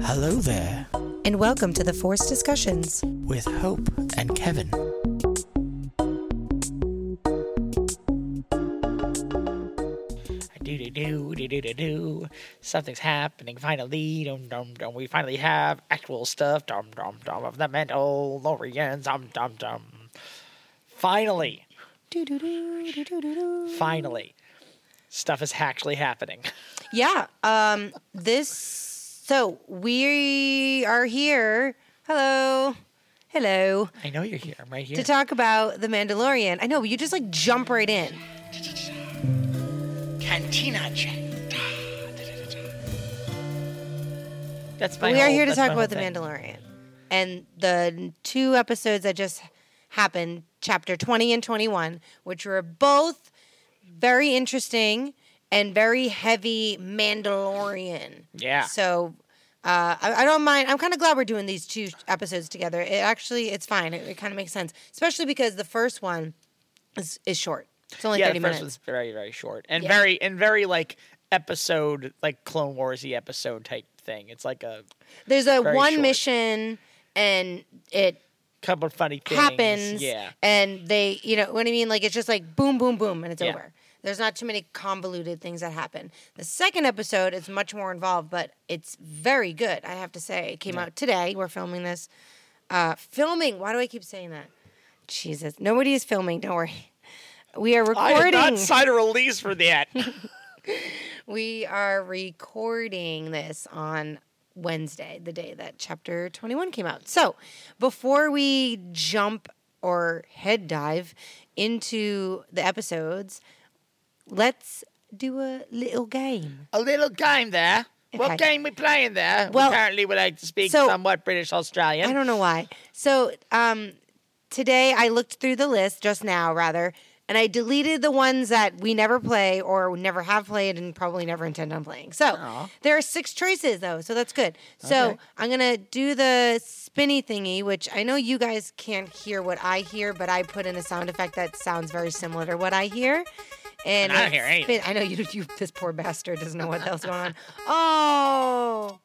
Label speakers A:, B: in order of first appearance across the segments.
A: Hello there
B: and welcome to the Force Discussions.
A: with Hope and Kevin.
C: do do do do do do do. Something's happening finally. Dum dum dum. We finally have actual stuff. Dum dum dum of the mental Lorians. Dum dum dum. Finally, finally, stuff is actually happening.
B: Yeah. Um. This. So we are here. Hello. Hello.
C: I know you're here. I'm right
B: To
C: here.
B: talk about the Mandalorian. I know you just like jump right in.
C: Cantina check. That's my.
B: we are
C: whole-
B: here to
C: that's my
B: talk
C: whole
B: about the
C: thing.
B: Mandalorian and the two episodes that just happened, chapter 20 and 21, which were both very interesting and very heavy Mandalorian.
C: Yeah.
B: So uh, I, I don't mind. I'm kind of glad we're doing these two episodes together. It actually, it's fine. It, it kind of makes sense, especially because the first one is, is short. It's only
C: yeah,
B: 30
C: the first
B: minutes.
C: one's very very short and
B: Yeah.
C: very and very like episode like Clone Warsy episode type thing. It's like a
B: There's a
C: very
B: one
C: short.
B: mission and it
C: couple of funny things
B: happens
C: Yeah,
B: and they you know what i mean like it's just like boom boom boom and it's
C: Yeah.
B: over there's not too many convoluted things that happen the second episode is much more involved but it's very good i have to say it came out today we're filming this uh filming why do i keep saying that jesus nobody is filming don't worry we are
C: I did
B: recording
C: not sign a release for that.
B: we are recording this on Wednesday, the day that chapter 21 came out. So, before we jump or head dive into the episodes, let's do a little game.
C: a little game there.
B: Okay.
C: What game we playing there?
B: Well,
C: Apparently, we like to speak
B: so-
C: somewhat British Australian.
B: I don't know why. So, um, today I looked through the list just now, rather, and I deleted the ones that we never play or never have played and probably never intend on playing. So,
C: Aw.
B: there are six choices, though, so that's good. So,
C: Okay.
B: I'm gonna do the spinny thingy, which I know you guys can't hear what I hear, but I put in a sound effect that sounds very similar to what I hear. And,
C: And I don't hear
B: it's
C: anything.
B: I know you, you. This poor bastard doesn't know what the hell's going on. Oh.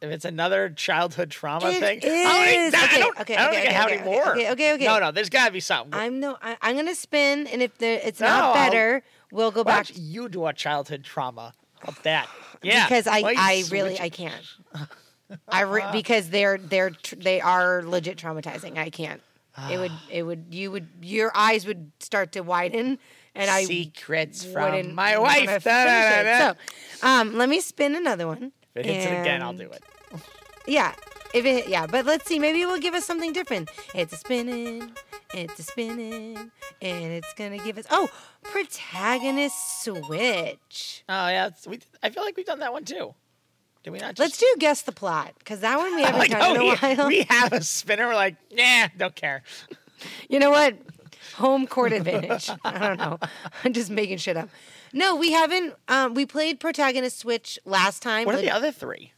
C: If it's another childhood trauma
B: It
C: thing, I don't,
B: is.
C: think- I
B: Okay,
C: don't-
B: okay,
C: I don't
B: okay,
C: think
B: okay,
C: I have
B: okay,
C: any
B: okay,
C: more.
B: okay, okay, okay.
C: No, no, there's got to be something.
B: I'm no. I, I'm gonna spin, and if there, it's
C: No,
B: not
C: I'll-
B: better, we'll go back
C: Watch you do a childhood trauma of that. Yeah,
B: because I,
C: why you
B: I
C: switch
B: really, I can't. I re- because they're they're tr- they are legit traumatizing. I can't. It would it would you would your eyes would start to widen, and I
C: secrets
B: wouldn't
C: from my
B: wanna
C: wife.
B: finish
C: Da, da, da,
B: it.
C: da.
B: So, um, let me spin another one.
C: if it hits it again, I'll
B: and-
C: do it.
B: Yeah. If it yeah, but let's see, maybe it will give us something different. It's a spinning, it's a spinning, and it's gonna give us oh, protagonist switch.
C: Oh yeah, it's- we, I feel like we've done that one too. Did we not? Just,
B: Let's do guess the plot, because that one we haven't
C: Like,
B: done
C: oh,
B: in a
C: we-
B: while.
C: we, have a spinner. We're like, nah, don't care.
B: You know what? Home court advantage. I don't know. I'm just making shit up. No, we haven't. Um, we played protagonist switch last time.
C: What are
B: but-
C: the other three?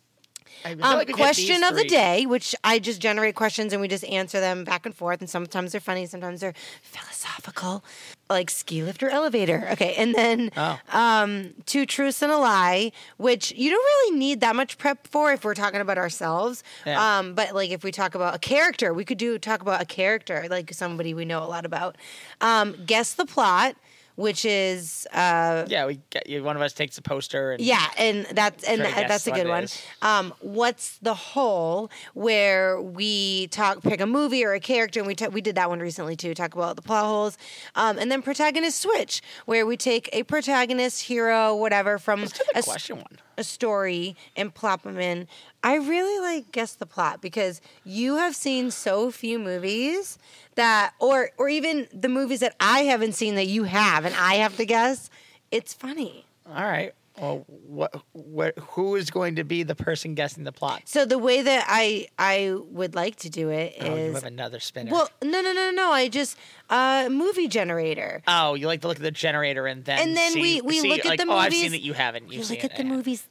C: I feel
B: Um,
C: like we get
B: question
C: these
B: of the
C: three.
B: day, which I just generate questions and we just answer them back and forth. And sometimes they're funny, sometimes they're philosophical, like ski lift or elevator. Okay, and then
C: Oh.
B: um, two truths and a lie, which you don't really need that much prep for if we're talking about ourselves.
C: Yeah.
B: Um, but like if we talk about a character, we could do talk about a character, like somebody we know a lot about. Um, guess the plot, which is
C: Yeah, we get you. One of us takes a poster and
B: yeah, and that's and
C: Try to
B: tha-
C: guess
B: that's a
C: what
B: good
C: it
B: one.
C: is.
B: Um, what's the hole where we talk pick a movie or a character and we ta- we did that one recently too. Talk about the plot holes, um, and then protagonist switch where we take a protagonist hero whatever from a,
C: The
B: s-
C: question one.
B: a story and plop them in. I really like guess the plot because you have seen so few movies that or or even the movies that I haven't seen that you have and I have to guess. It's funny.
C: All right. Well, what, what, who is going to be the person guessing the plot?
B: So the way that I I would like to do it
C: Oh, you
B: is
C: have another spinner.
B: well, no, no, no, no. I just uh, movie generator.
C: oh, you like to look at the generator and then
B: And then
C: see-
B: we- we
C: see,
B: look at
C: like,
B: the
C: Oh, I've seen
B: movies.
C: that you Ah. haven't. You've
B: You
C: seen
B: look at
C: it.
B: the movies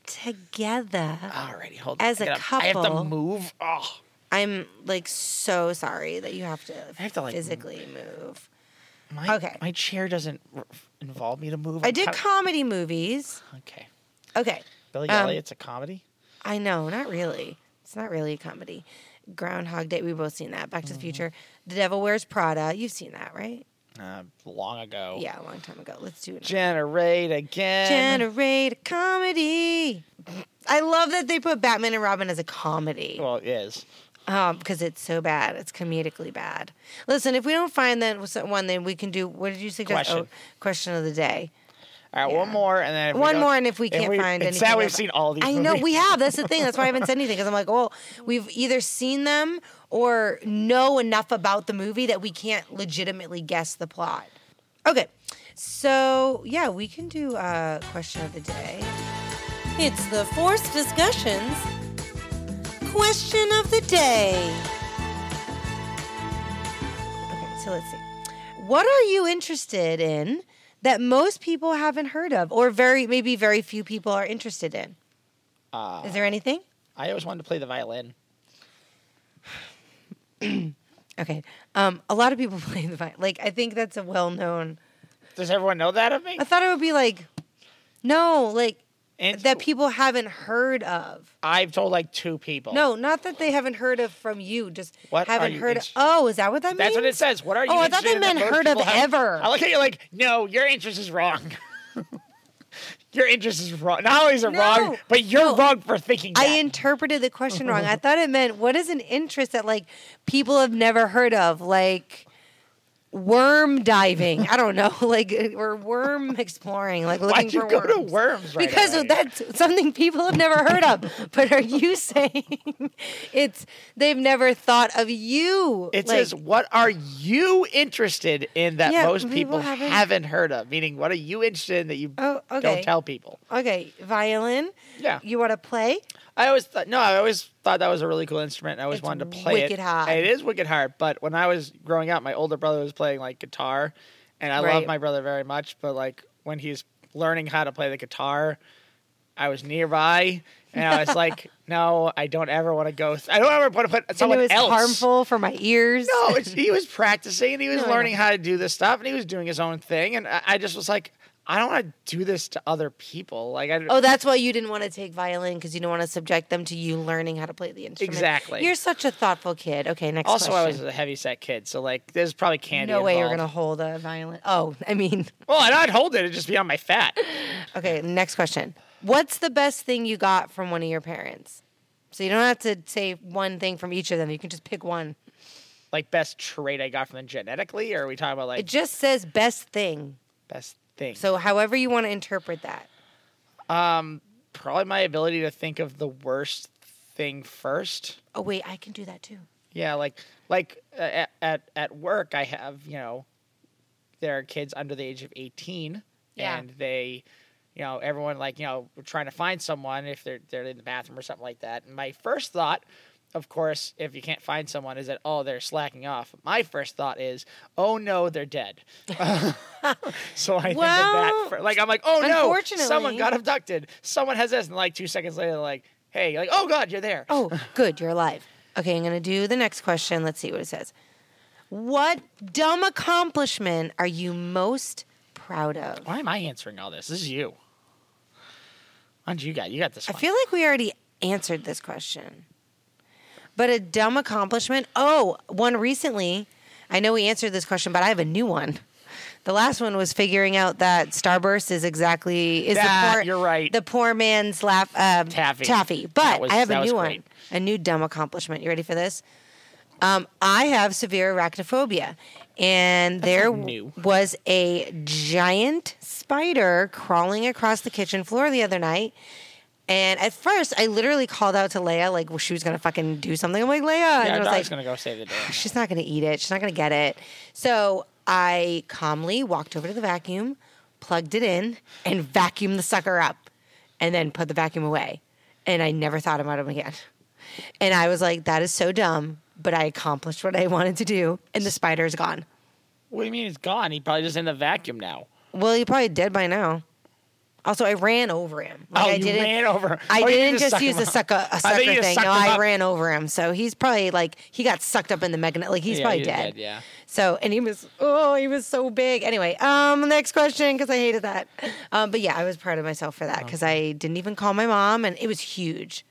B: together.
C: Alrighty, hold
B: as
C: I
B: a
C: gotta- I have
B: couple.
C: to move. Oh,
B: I'm like so sorry that you have to,
C: I have to, like,
B: physically move.
C: my,
B: Okay.
C: My chair doesn't r- involve me to move.
B: I
C: I'm
B: did
C: kinda-
B: comedy movies.
C: okay.
B: Okay,
C: Billy
B: Um,
C: Elliot's a comedy.
B: I know, not really. It's not really a comedy. Groundhog Day. We've both seen that. Back to
C: Mm-hmm.
B: the Future. The Devil Wears Prada. You've seen that, right?
C: Uh, long ago.
B: Yeah, a long time ago. Let's do it.
C: Generate again.
B: Generate a comedy. I love that they put Batman and Robin as a comedy.
C: well, it is.
B: Um, because it's so bad. It's comedically bad. Listen, if we don't find that was- one, then we can do. What did you suggest? Oh,
C: Question.
B: question of the day.
C: All right, one
B: Yeah.
C: more, and then if we
B: one
C: don't-
B: more, and if we
C: if
B: can't
C: we-
B: find
C: it's
B: anything,
C: sad we've
B: I've-
C: seen all these.
B: I know
C: movies.
B: we have. That's the thing. That's why I haven't said anything because I'm like, well, we've either seen them or know enough about the movie that we can't legitimately guess the plot. Okay, so yeah, we can do uh, question of the day. It's the forced discussions question of the day. Okay, so let's see. What are you interested in that most people haven't heard of, or very maybe very few people are interested in?
C: Uh,
B: Is there anything?
C: I always wanted to play the violin.
B: Okay. Um, a lot of people play the violin. Like, I think that's a well-known.
C: Does everyone know that of me?
B: I thought it would be like, no, like
C: And
B: that people haven't heard of.
C: I've told like two people.
B: No, not that they haven't heard of from you. Just
C: Oh. What are
B: haven't
C: you
B: heard.
C: inter-
B: of, oh, is that what that means?
C: That's what it says. What are you?
B: Oh, I thought they
C: interested in that
B: meant
C: most
B: heard of
C: people haven't-
B: ever.
C: I look at you like, no, your interest is wrong. your interest is wrong. Not only is it wrong,
B: No.
C: but you're
B: No.
C: wrong for thinking that.
B: I interpreted the question wrong.
C: Mm-hmm.
B: I thought it meant what is an interest that like people have never heard of, like worm diving. I don't know, like uh, or worm exploring, like looking
C: Why'd you
B: for
C: go
B: worms.
C: to worms? Right
B: because
C: away?
B: that's something people have never heard of. But are you saying it's they've never thought of you?
C: It
B: like,
C: says, "What are you interested in that
B: Yeah,
C: most
B: people
C: people,
B: haven't-
C: haven't... heard of?" Meaning, what are you interested in that you
B: Oh, okay.
C: don't tell people?
B: okay, violin.
C: Yeah,
B: You want to play?
C: I always thought no, I always thought that was a really cool instrument. and I always
B: It's
C: wanted to play
B: wicked
C: it.
B: hard.
C: It is wicked hard. But when I was growing up, my older brother was playing like guitar, and I
B: Right.
C: love my brother very much. But like when he's learning how to play the guitar, I was nearby, and I was like, "No, I don't ever want to go. I don't ever want to put
B: And it
C: someone
B: was
C: else."
B: harmful for my ears.
C: No, it's, he was practicing and he was
B: No, I know.
C: learning how to do this stuff and he was doing his own thing. And I, I just was like, I don't want to do this to other people. Like, I,
B: Oh, that's why you didn't want to take violin because you don't want to subject them to you learning how to play the instrument.
C: Exactly.
B: You're such a thoughtful kid. Okay, next
C: also,
B: question.
C: I was a heavy set kid, so like, there's probably candy.
B: no way you're
C: involved.
B: gonna hold a violin. Oh, I mean,
C: Well, and I'd hold it; it'd just be on my fat.
B: okay. Next question. What's the best thing you got from one of your parents? So you don't have to say one thing from each of them. You can just pick one.
C: Like, best trait I got from them genetically, or are we talking about
B: It
C: like
B: just says best thing.
C: best thing?
B: So however you want to interpret that.
C: probably my ability to think of the worst thing first.
B: Oh wait, I can do that too.
C: Yeah, like like uh, at at, at work, I have you know, there are kids under the age of eighteen,
B: Yeah.
C: and they, you know, everyone like you know, we're trying to find someone if they're they're in the bathroom or something like that. And my first thought. Of course, if you can't find someone, is that oh they're slacking off. My first thought is, oh no, they're dead. so I think of that
B: Well,
C: for, like I'm like, oh no,
B: unfortunately-
C: someone got abducted. Someone has this, and like two seconds later, they're like, hey, you're like oh god, you're there.
B: Oh, good. You're alive. Okay, I'm going to do the next question. Let's see what it says. What dumb accomplishment are you most proud of?
C: Why am I answering all this? This is you. Why don't you got? You got this
B: I
C: one.
B: feel like we already answered this question. But a dumb accomplishment? Oh, one recently. I know we answered this question, but I have a new one. The last one was figuring out that Starburst is exactly is
C: That-
B: the poor
C: you're right.
B: the poor man's laugh um,
C: Taffy.
B: Taffy,
C: That
B: but
C: was-
B: I have
C: that
B: a
C: was
B: new one,
C: great.
B: a new dumb accomplishment. You ready for this? Um, I have severe arachnophobia, and there
C: not new.
B: was a giant spider crawling across the kitchen floor the other night. And at first, I literally called out to Leia, like well, she was gonna fucking do something. I'm like, Leia, and
C: yeah,
B: I
C: our
B: was
C: dog's
B: like,
C: gonna go save the day.
B: she's not gonna eat it. She's not gonna get it. So I calmly walked over to the vacuum, plugged it in, and vacuumed the sucker up, and then put the vacuum away. And I never thought about him again. And I was like, that is so dumb, but I accomplished what I wanted to do, and the spider is gone.
C: What do you mean it's gone? He probably just in the vacuum now.
B: Well, he's probably dead by now. Also, I ran over him. Like,
C: oh,
B: I
C: you
B: didn't,
C: ran over.
B: I
C: Oh, you
B: didn't just
C: suck him
B: use a
C: up.
B: sucker, a
C: thought
B: sucker
C: you just
B: thing.
C: sucked
B: No,
C: him
B: I
C: up.
B: ran over him, so he's probably like he got sucked up in the magnet. Like he's
C: Yeah,
B: probably
C: you're
B: dead.
C: dead, yeah.
B: So and he was oh he was so big. Anyway, um, next question because I hated that. Um, but yeah, I was proud of myself for that because I didn't even call my mom and it was huge.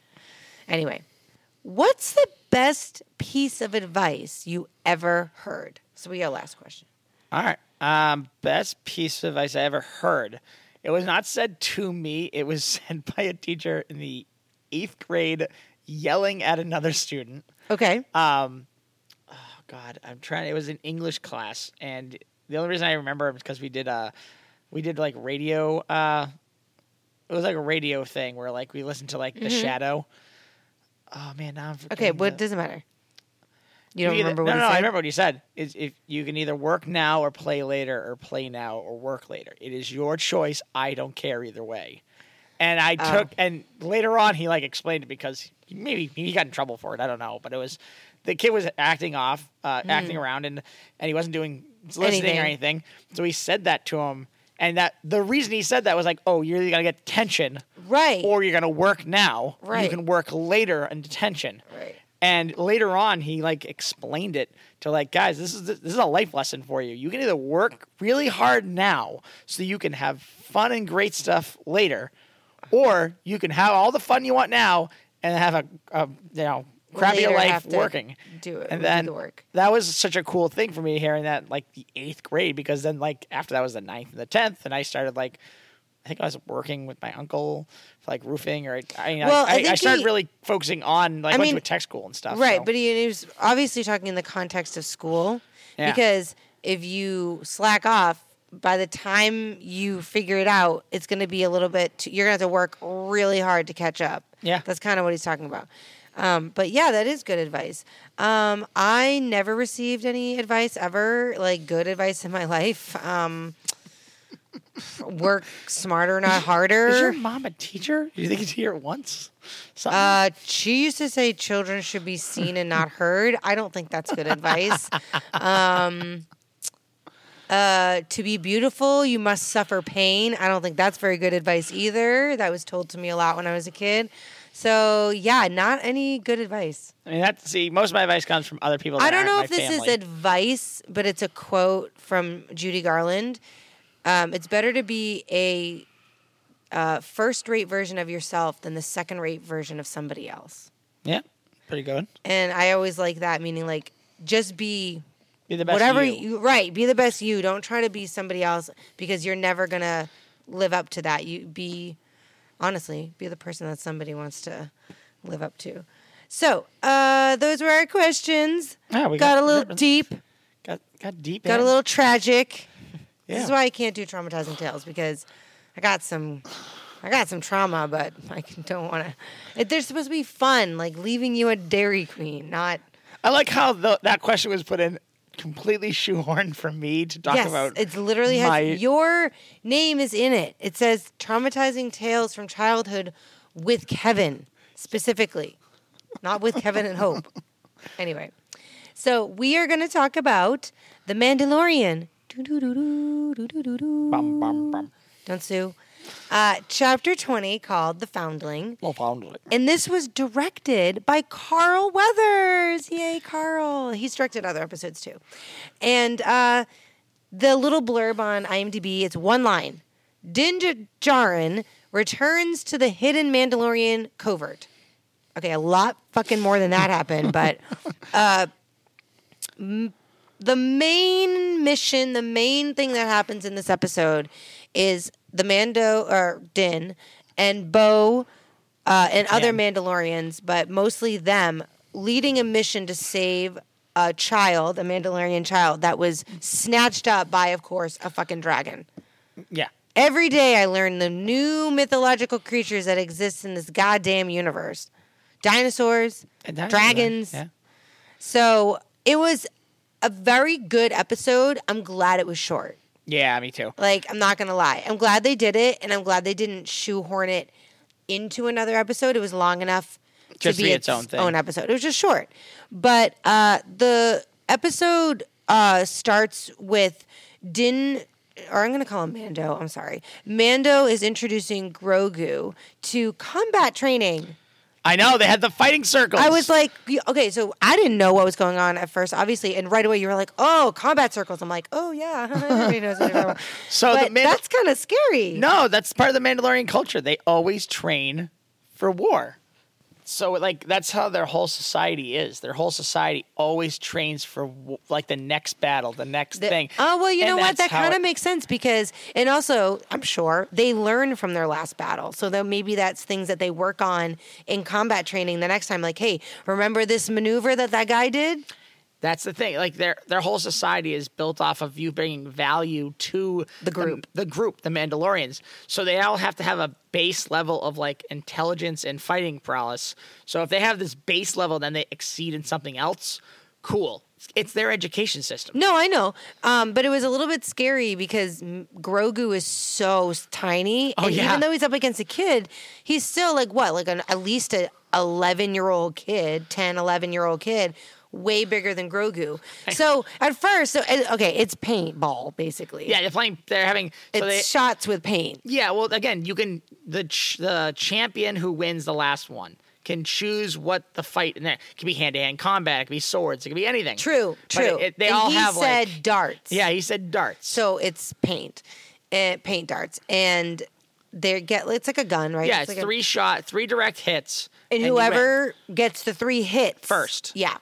B: Anyway, What's the best piece of advice you ever heard? So we got a last question.
C: All right. Um, best piece of advice I ever heard. It was not said to me. It was said by a teacher in the eighth grade, yelling at another student.
B: Okay.
C: Um, oh God, I'm trying. It was an English class, and the only reason I remember it was because we did uh we did like radio. Uh, it was like a radio thing where like we listened to like The Shadow. Oh man, now I'm
B: Mm-hmm. Okay.
C: forgetting
B: What
C: the-
B: doesn't matter. You don't
C: either-
B: remember
C: no,
B: what
C: no,
B: he said?
C: I remember what he said. Is if you can either work now or play later, or play now or work later. It is your choice. I don't care either way. And I
B: Oh.
C: took and later on he like explained it because he- maybe he got in trouble for it. I don't know, but it was the kid was acting off, uh,
B: Hmm.
C: acting around, and and he wasn't doing listening or anything. So he said that to him, and that the reason he said that was like, oh, you're either gonna get detention,
B: Right.
C: or you're gonna work now. You
B: Right.
C: can work later in detention.
B: Right.
C: And later on, he like explained it to like guys. This is this is a life lesson for you. You can either work really hard now so you can have fun and great stuff later, or you can have all the fun you want now and have a, a you know crappy
B: Later
C: life
B: have to
C: working.
B: do it.
C: And
B: we do
C: then
B: the work.
C: that was such a cool thing for me hearing that like the eighth grade because then like after that was the ninth and the tenth and I started like I think I was working with my uncle for like roofing or I I,
B: Well, I
C: I, I,
B: think
C: started
B: he-
C: really focusing on like
B: I
C: I went
B: mean,
C: to a tech school and stuff
B: Right,
C: so-
B: but he, he was obviously talking in the context of school
C: Yeah.
B: because if you slack off, by the time you figure it out, it's going to be a little bit. Too, you're going to have to work really hard to catch up.
C: Yeah.
B: that's kind of what he's talking about. Um, but yeah, that is good advice. Um, I never received any advice ever, like good advice in my life. Um, work smarter, not harder.
C: Is your mom a teacher? Do you think she's here at once? Something?
B: Uh, she used to say children should be seen and not heard. I don't think that's good advice. Um, uh, to be beautiful, you must suffer pain. I don't think that's very good advice either. That was told to me a lot when I was a kid. So yeah, not any good advice.
C: I mean, that see, most of my advice comes from other people. That
B: I don't
C: aren't
B: know
C: my
B: if this
C: family.
B: is advice, but it's a quote from Judy Garland. Um, it's better to be a uh, first-rate version of yourself than the second-rate version of somebody else.
C: Yeah, pretty good.
B: And I always like that, meaning like just be
C: Be the best.
B: whatever
C: you.
B: you. right, be the best you. Don't try to be somebody else because you're never gonna live up to that. You be honestly, be the person that somebody wants to live up to. So, uh those were our questions.
C: Yeah, Ah, we
B: got,
C: got-
B: a little deep,
C: got, got deep.
B: got a
C: in.
B: little tragic. This
C: Yeah.
B: is why I can't do traumatizing tales because I got some I got some trauma, but I don't want to. They're supposed to be fun, like leaving you a dairy queen, not
C: I like how the, that question was put in completely shoehorned for me to talk
B: yes,
C: about.
B: it's literally has
C: my-
B: your name is in it. It says traumatizing tales from childhood with Kevin specifically, not with Kevin and Hope. Anyway, so we are going to talk about the Mandalorian. Doo-doo-doo-doo,
C: Bum, bum, bum.
B: Don't sue. Uh, chapter twenty called "The Foundling,"
C: Well, found it.
B: and this was directed by Carl Weathers. Yay, Carl! He's directed other episodes too. And uh, the little blurb on IMDb, it's one line: Din Djarin returns to the hidden Mandalorian covert. Okay, a lot fucking more than that happened, but uh, m- the main mission, the main thing that happens in this episode is the Mando or Din and Bo uh, and other Mandalorians, but mostly them leading a mission to save a child, a Mandalorian child that was snatched up by, of course, a fucking dragon.
C: Yeah.
B: Every day I learn the new mythological creatures that exist in this goddamn universe. Dinosaurs,
C: And that-
B: dragons.
C: Yeah.
B: So it was a very good episode. I'm glad it was short.
C: Yeah, me too.
B: Like, I'm not going to lie. I'm glad they did it, and I'm glad they didn't shoehorn it into another episode. It was long enough
C: Just
B: to
C: be its own thing.
B: episode. It was just short. But uh, the episode uh, starts with Din, or I'm going to call him Mando. I'm sorry. Mando is introducing Grogu to combat training.
C: I know they had the fighting circles.
B: I was like, you- okay, so I didn't know what was going on at first, obviously, and right away you were like, oh, combat circles. I'm like, oh yeah, everybody knows. What they're talking about.
C: So the
B: But
C: Mandal-
B: that's kind of scary.
C: no, that's part of the Mandalorian culture. They always train for war. So like that's how their whole society is. Their whole society always trains for w- like the next battle, the next
B: The-
C: thing.
B: Oh well, you
C: And
B: know what? That
C: that's how
B: kind of
C: it-
B: makes sense because, and also, I'm sure they learn from their last battle, so that maybe that's things that they work on in combat training the next time. Like, hey, remember this maneuver that that guy did?
C: That's the thing. Like their their whole society is built off of you bringing value to
B: The group.
C: the, group, the Mandalorians. So they all have to have a base level of like intelligence and fighting prowess. So if they have this base level, then they exceed in something else. Cool. It's, it's their education system.
B: No, I know, um, but it was a little bit scary because M- Grogu is so s- tiny,
C: Oh,
B: and
C: yeah.
B: even though he's up against a kid, he's still like what, like an, at least a 11 year old kid, 10, 11 year old kid. Way bigger than Grogu. So at first, so uh, okay, it's paintball basically.
C: Yeah, they're playing. They're having.
B: it's
C: So they,
B: shots with paint.
C: Yeah, well, again, you can the ch- the champion who wins the last one can choose what the fight in there it could be hand to hand combat, it could be swords, it could be anything.
B: True,
C: But
B: true.
C: it- it- they
B: And
C: all
B: he
C: have
B: said
C: like
B: darts.
C: yeah, he said darts.
B: So it's paint, uh, paint darts, and they get it's like a gun, right?
C: yeah, it's
B: like a-
C: three shot, three direct hits,
B: and
C: you win.
B: whoever gets the three hits
C: First.
B: Yeah.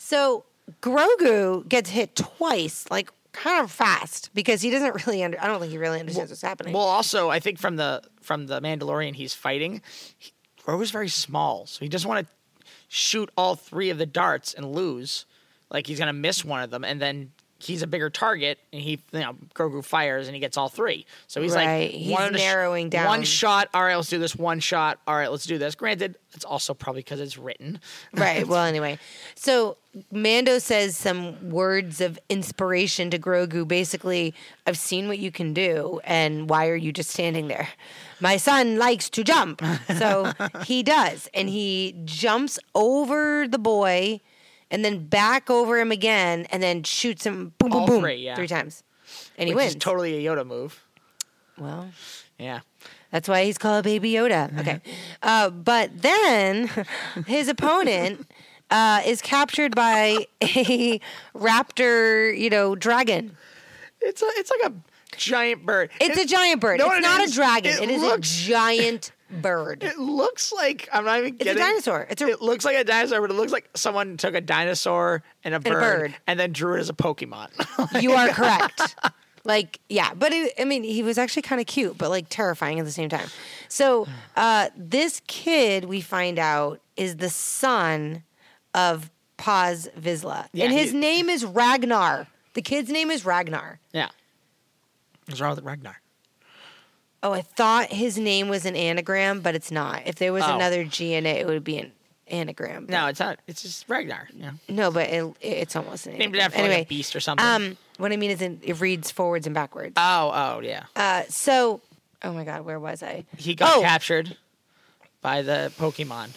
B: So Grogu gets hit twice, like kind of fast, because he doesn't really under. I don't think he really understands what's happening.
C: Well, also, I think from the from the Mandalorian he's fighting, he, Grogu's very small, so he doesn't want to shoot all three of the darts and lose. Like he's gonna miss one of them, and then he's a bigger target, and he you know Grogu fires and he gets all three. So he's
B: Right,
C: like,
B: he's
C: one to sh-
B: narrowing down.
C: One shot. All right, let's do this. One shot. All right, let's do this. Granted, it's also probably because it's written.
B: Right. Well, anyway, so Mando says some words of inspiration to Grogu. Basically, I've seen what you can do, and why are you just standing there? My son likes to jump, so he does, and he jumps over the boy, and then back over him again, and then shoots him boom, boom,
C: All
B: boom,
C: three, yeah.
B: times, and he
C: which
B: wins.
C: is totally a Yoda move.
B: well,
C: Yeah.
B: that's why he's called Baby
C: Uh-huh.
B: Yoda. Okay. Uh, but then his opponent uh, is captured by a raptor, you know, dragon.
C: It's a it's like a giant bird.
B: It's a giant bird.
C: No,
B: it's
C: it
B: not
C: is.
B: a dragon.
C: It
B: it is
C: looks-
B: a giant bird.
C: It looks like I'm not even
B: a
C: kidding.
B: dinosaur. It's a-
C: it looks like a dinosaur, but it looks like someone took a dinosaur and a bird and,
B: bird.
C: then drew it as a Pokemon.
B: you are correct. Like, yeah, but it, I mean, he was actually kind of cute, but like terrifying at the same time. So, uh, this kid we find out is the son of Paz Vizsla,
C: Yeah,
B: and
C: he-
B: his name is Ragnar. The kid's name is Ragnar.
C: yeah. What's wrong with Ragnar?
B: Oh, I thought his name was an anagram, but it's not. If there was
C: Oh.
B: another G in it, it would be an anagram.
C: No, it's not. It's just Ragnar. Yeah.
B: no, but it, it's almost an
C: Named it
B: anagram.
C: after like a beast or something.
B: um, what I mean is in, it reads forwards and backwards.
C: oh, oh yeah.
B: Uh, so, oh my God, where was I?
C: He got
B: oh,
C: captured by the Pokemon.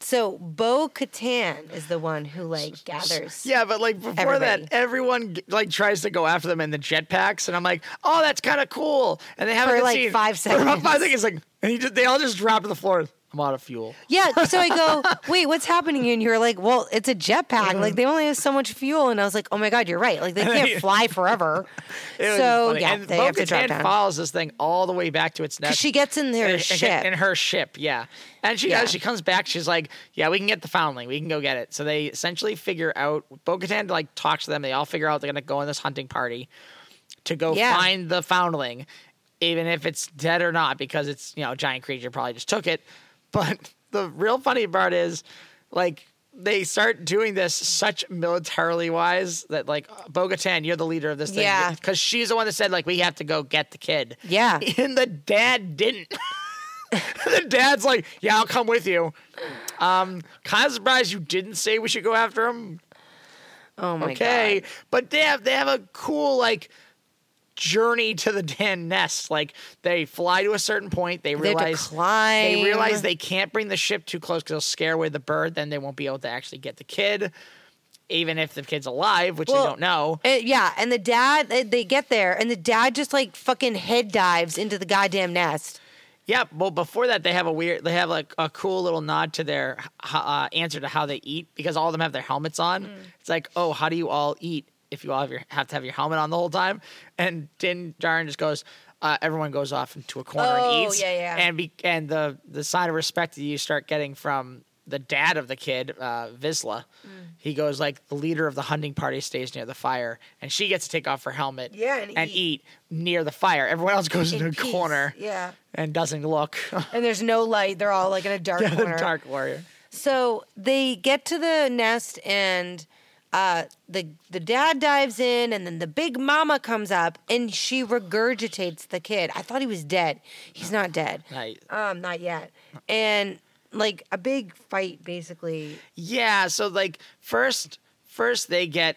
B: So Bo Katan is the one who like gathers.
C: Yeah, but like before
B: Everybody.
C: that, everyone g- like tries to go after them in the jetpacks, and I'm like, oh, that's kind of cool. And they haven't
B: like,
C: seen
B: five
C: for about
B: seconds.
C: Five seconds, like and he just, they all just drop to the floor. I'm out of fuel.
B: Yeah. So I go, wait, what's happening? And you're like, well, it's a jetpack.
C: Mm-hmm.
B: Like they only have so much fuel. And I was like, oh my God, you're right. Like they can't fly forever.
C: It was
B: so
C: funny.
B: yeah,
C: and
B: they
C: Bo
B: have to drop
C: Katan
B: down.
C: follows this thing all the way back to its nest.
B: she gets in their
C: in, in-
B: ship.
C: in her ship, yeah. And she
B: Yeah.
C: does. She comes back. She's like, "Yeah, we can get the foundling. We can go get it." So they essentially figure out. Bo-Katan like talks to them. They all figure out they're gonna go on this hunting party to go
B: Yeah.
C: find the foundling, even if it's dead or not, because it's you know a giant creature probably just took it. But the real funny part is, like. They start doing this such militarily wise that like Bogatan, you're the leader of this thing.
B: Yeah.
C: Because she's the one that said, like, we have to go get the kid.
B: Yeah.
C: And the dad didn't. the dad's like, yeah, I'll come with you. Um, kind of surprised you didn't say we should go after him.
B: oh my
C: Okay.
B: God.
C: But they have they have a cool like journey to the damn nest. Like they fly to a certain point, they
B: They have to
C: realize
B: climb.
C: they realize they can't bring the ship too close because it'll scare away the bird, then they won't be able to actually get the kid. Even if the kid's alive, which
B: Well,
C: they don't know.
B: Uh, yeah, and the dad, they, they get there, and the dad just like fucking head dives into the goddamn nest.
C: Yeah, well, before that, they have a weird, they have like a cool little nod to their h- uh, answer to how they eat because all of them have their helmets on.
B: Mm.
C: It's like, oh, how do you all eat if you all have, your, have to have your helmet on the whole time? And Din Djarin just goes, uh, everyone goes off into a corner
B: Oh,
C: and eats.
B: yeah, yeah.
C: And be, and the the sign of respect that you start getting from the dad of the kid, uh, Visla,
B: Mm.
C: he goes like the leader of the hunting party stays near the fire, and she gets to take off her helmet.
B: Yeah, and
C: eat, near the fire. Everyone else goes
B: In
C: into a
B: peace.
C: corner
B: Yeah.
C: and doesn't look.
B: And there's no light. They're all like in a dark corner.
C: Dark warrior.
B: So they get to the nest and uh, the the dad dives in and then the big mama comes up and she regurgitates the kid. I thought he was dead. He's not dead.
C: Nice.
B: Um, not yet. And like a big fight basically.
C: Yeah, so like first first they get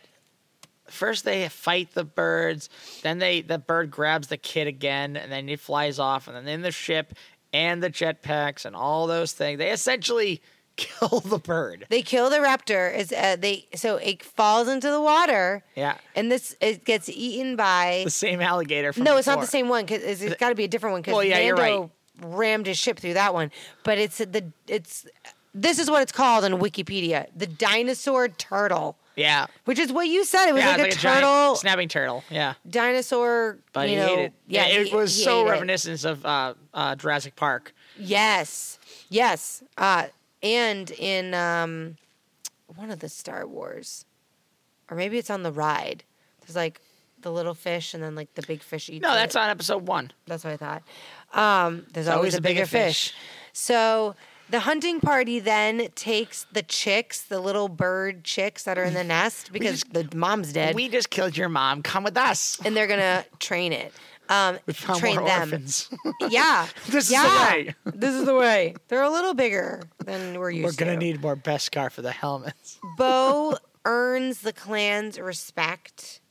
C: first they fight the birds, then they the bird grabs the kid again and then he flies off and then in the ship and the jetpacks and all those things. They essentially kill the bird.
B: They kill the raptor. Is uh, they so it falls into the water.
C: Yeah.
B: And this it gets eaten by
C: The same alligator from
B: No, it's not the
C: before.
B: same one. Cause it's, it's got to be a different one. Because
C: Well, yeah, you're
B: Lando rammed his ship through that one. But it's the it's this is what it's called on Wikipedia: the dinosaur turtle,
C: Yeah.
B: which is what you said. It was
C: Yeah,
B: like,
C: it's
B: a
C: giant
B: turtle
C: snapping turtle. Yeah.
B: dinosaur.
C: But
B: you
C: he
B: know,
C: ate it.
B: Yeah,
C: it
B: he-
C: was
B: he
C: so
B: ate it.
C: reminiscent of uh, uh, Jurassic Park.
B: Yes, yes. Uh, and in um, one of the Star Wars, or maybe it's on the ride. There's like the little fish, and then like the big fish eats.
C: No,
B: it.
C: that's on episode one.
B: That's what I thought. Um, there's always, a bigger, fish. So the hunting party then takes the chicks, the little bird chicks that are in the nest because the mom's dead,
C: We just killed your mom. Come with us.
B: and they're gonna train it. Um,
C: We found
B: train
C: more
B: them.
C: orphans.
B: Yeah.
C: This is the
B: yeah.
C: way.
B: This is the way. They're a little bigger than we're used
C: We're gonna
B: to.
C: need more Beskar for the helmets.
B: Bo earns the clan's respect,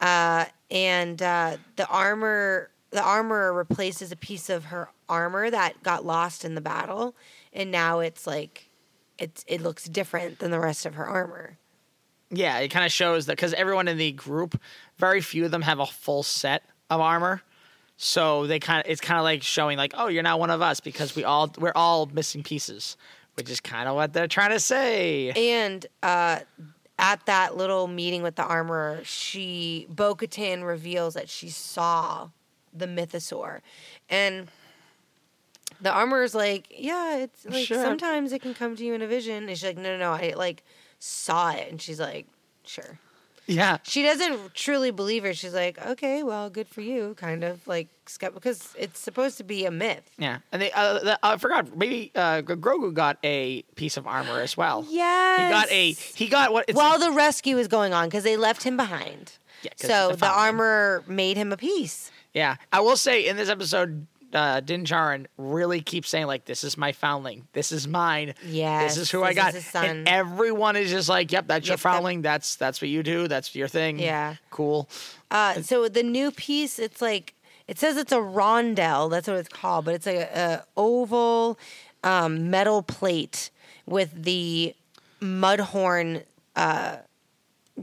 B: uh, and uh, the armor the armorer replaces a piece of her armor that got lost in the battle, and now it's like it's it looks different than the rest of her armor.
C: Yeah, it kind of shows that because everyone in the group, very few of them have a full set of armor, so they kind of it's kind of like showing like, oh, you're not one of us because we all we're all missing pieces, which is kind of what they're trying to say.
B: And uh, at that little meeting with the armorer, she Bo Katan reveals that she saw the mythosaur, and the armorer's like, "Yeah, it's like
C: Sure.
B: sometimes it can come to you in a vision." And she's like, "No, no, no, I like saw it," and she's like, "Sure."
C: Yeah,
B: She doesn't truly believe her. She's like, "Okay, well, good for you," kind of like skeptical because it's supposed to be a myth.
C: yeah, and they uh, the, I forgot maybe uh, Grogu got a piece of armor as well.
B: Yes.
C: he got a he got what it's
B: while the rescue was going on because they left him behind.
C: Yeah, 'cause
B: so
C: they
B: the
C: found him.
B: armor made him a piece.
C: Yeah, I will say in this episode, uh, Din Djarin really keeps saying like, "This is my foundling. This is mine.
B: Yes,
C: this is who
B: this
C: I
B: is
C: got."
B: his son.
C: And everyone is just like, "Yep, that's your
B: Yep, that-
C: foundling. That's that's what you do. That's your thing.
B: Yeah.
C: cool.
B: Uh, so the new piece, it's like it says it's a rondel. That's what it's called, but it's like a, a oval um, metal plate with the mudhorn, uh,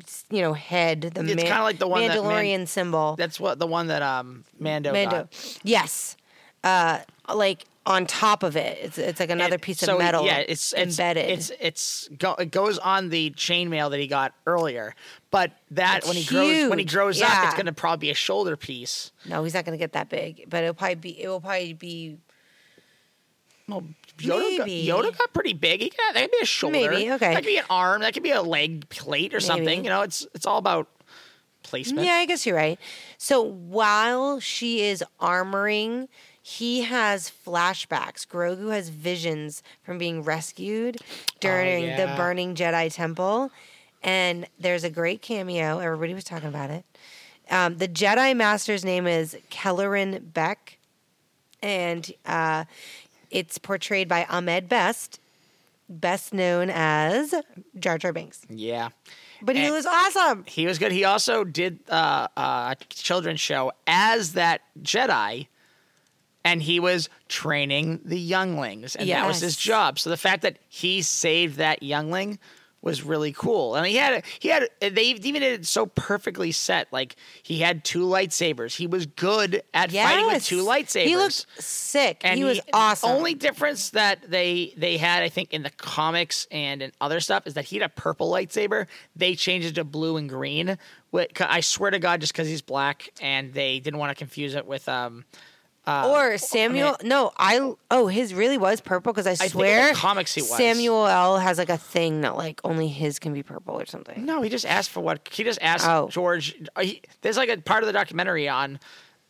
B: s- you know, head. The
C: It's kinda like the one that Man-
B: Mandalorian symbol.
C: That's what the one that um Mando,
B: Mando.
C: got.
B: Yes. Uh, like on top of it, it's it's like another
C: And
B: piece of
C: so,
B: metal.
C: Yeah, it's, it's
B: embedded.
C: It's it's go, it goes on the chainmail that he got earlier, but that
B: It's
C: when he grows when he
B: huge.
C: grows up, it's
B: Yeah.
C: going to probably be a shoulder piece.
B: No, he's not going to get that big, but it'll probably be. It will probably be
C: Well, Yoda got,
B: Maybe.
C: Yoda got pretty big. He got that could be a shoulder.
B: Maybe, okay.
C: That could be an arm. That could be a leg plate or something.
B: Maybe.
C: You know, it's it's all about placement.
B: Yeah, I guess you're right. So while she is armoring, he has flashbacks. Grogu has visions from being rescued during
C: yeah.
B: the burning Jedi Temple. And there's a great cameo. Everybody was talking about it. Um, the Jedi Master's name is Kellerin Beck, and uh, it's portrayed by Ahmed Best, best known as Jar Jar Binks.
C: Yeah.
B: But he
C: And-
B: was awesome.
C: He was good. He also did uh, uh, a children's show as that Jedi, and he was training the younglings, and that was his
B: Yes.
C: job. So the fact that he saved that youngling was really cool. And he had he had they even did it so perfectly set. Like he had two lightsabers. He was good at fighting with two lightsabers.
B: He looked sick.
C: And
B: he was
C: the
B: awesome.
C: Only difference that they they had, I think, in the comics and in other stuff is that he had a purple lightsaber. They changed it to blue and green. Wh- I swear to God, just because he's black, and they didn't want to confuse it with um.
B: or Uh, Samuel. no, I. Oh, his really was purple because I
C: think in
B: swear
C: the comics he was.
B: Samuel L has like a thing that like only his can be purple or something.
C: No, he just asked for what he just asked
B: Oh.
C: George. uh, He, there's like a part of the documentary on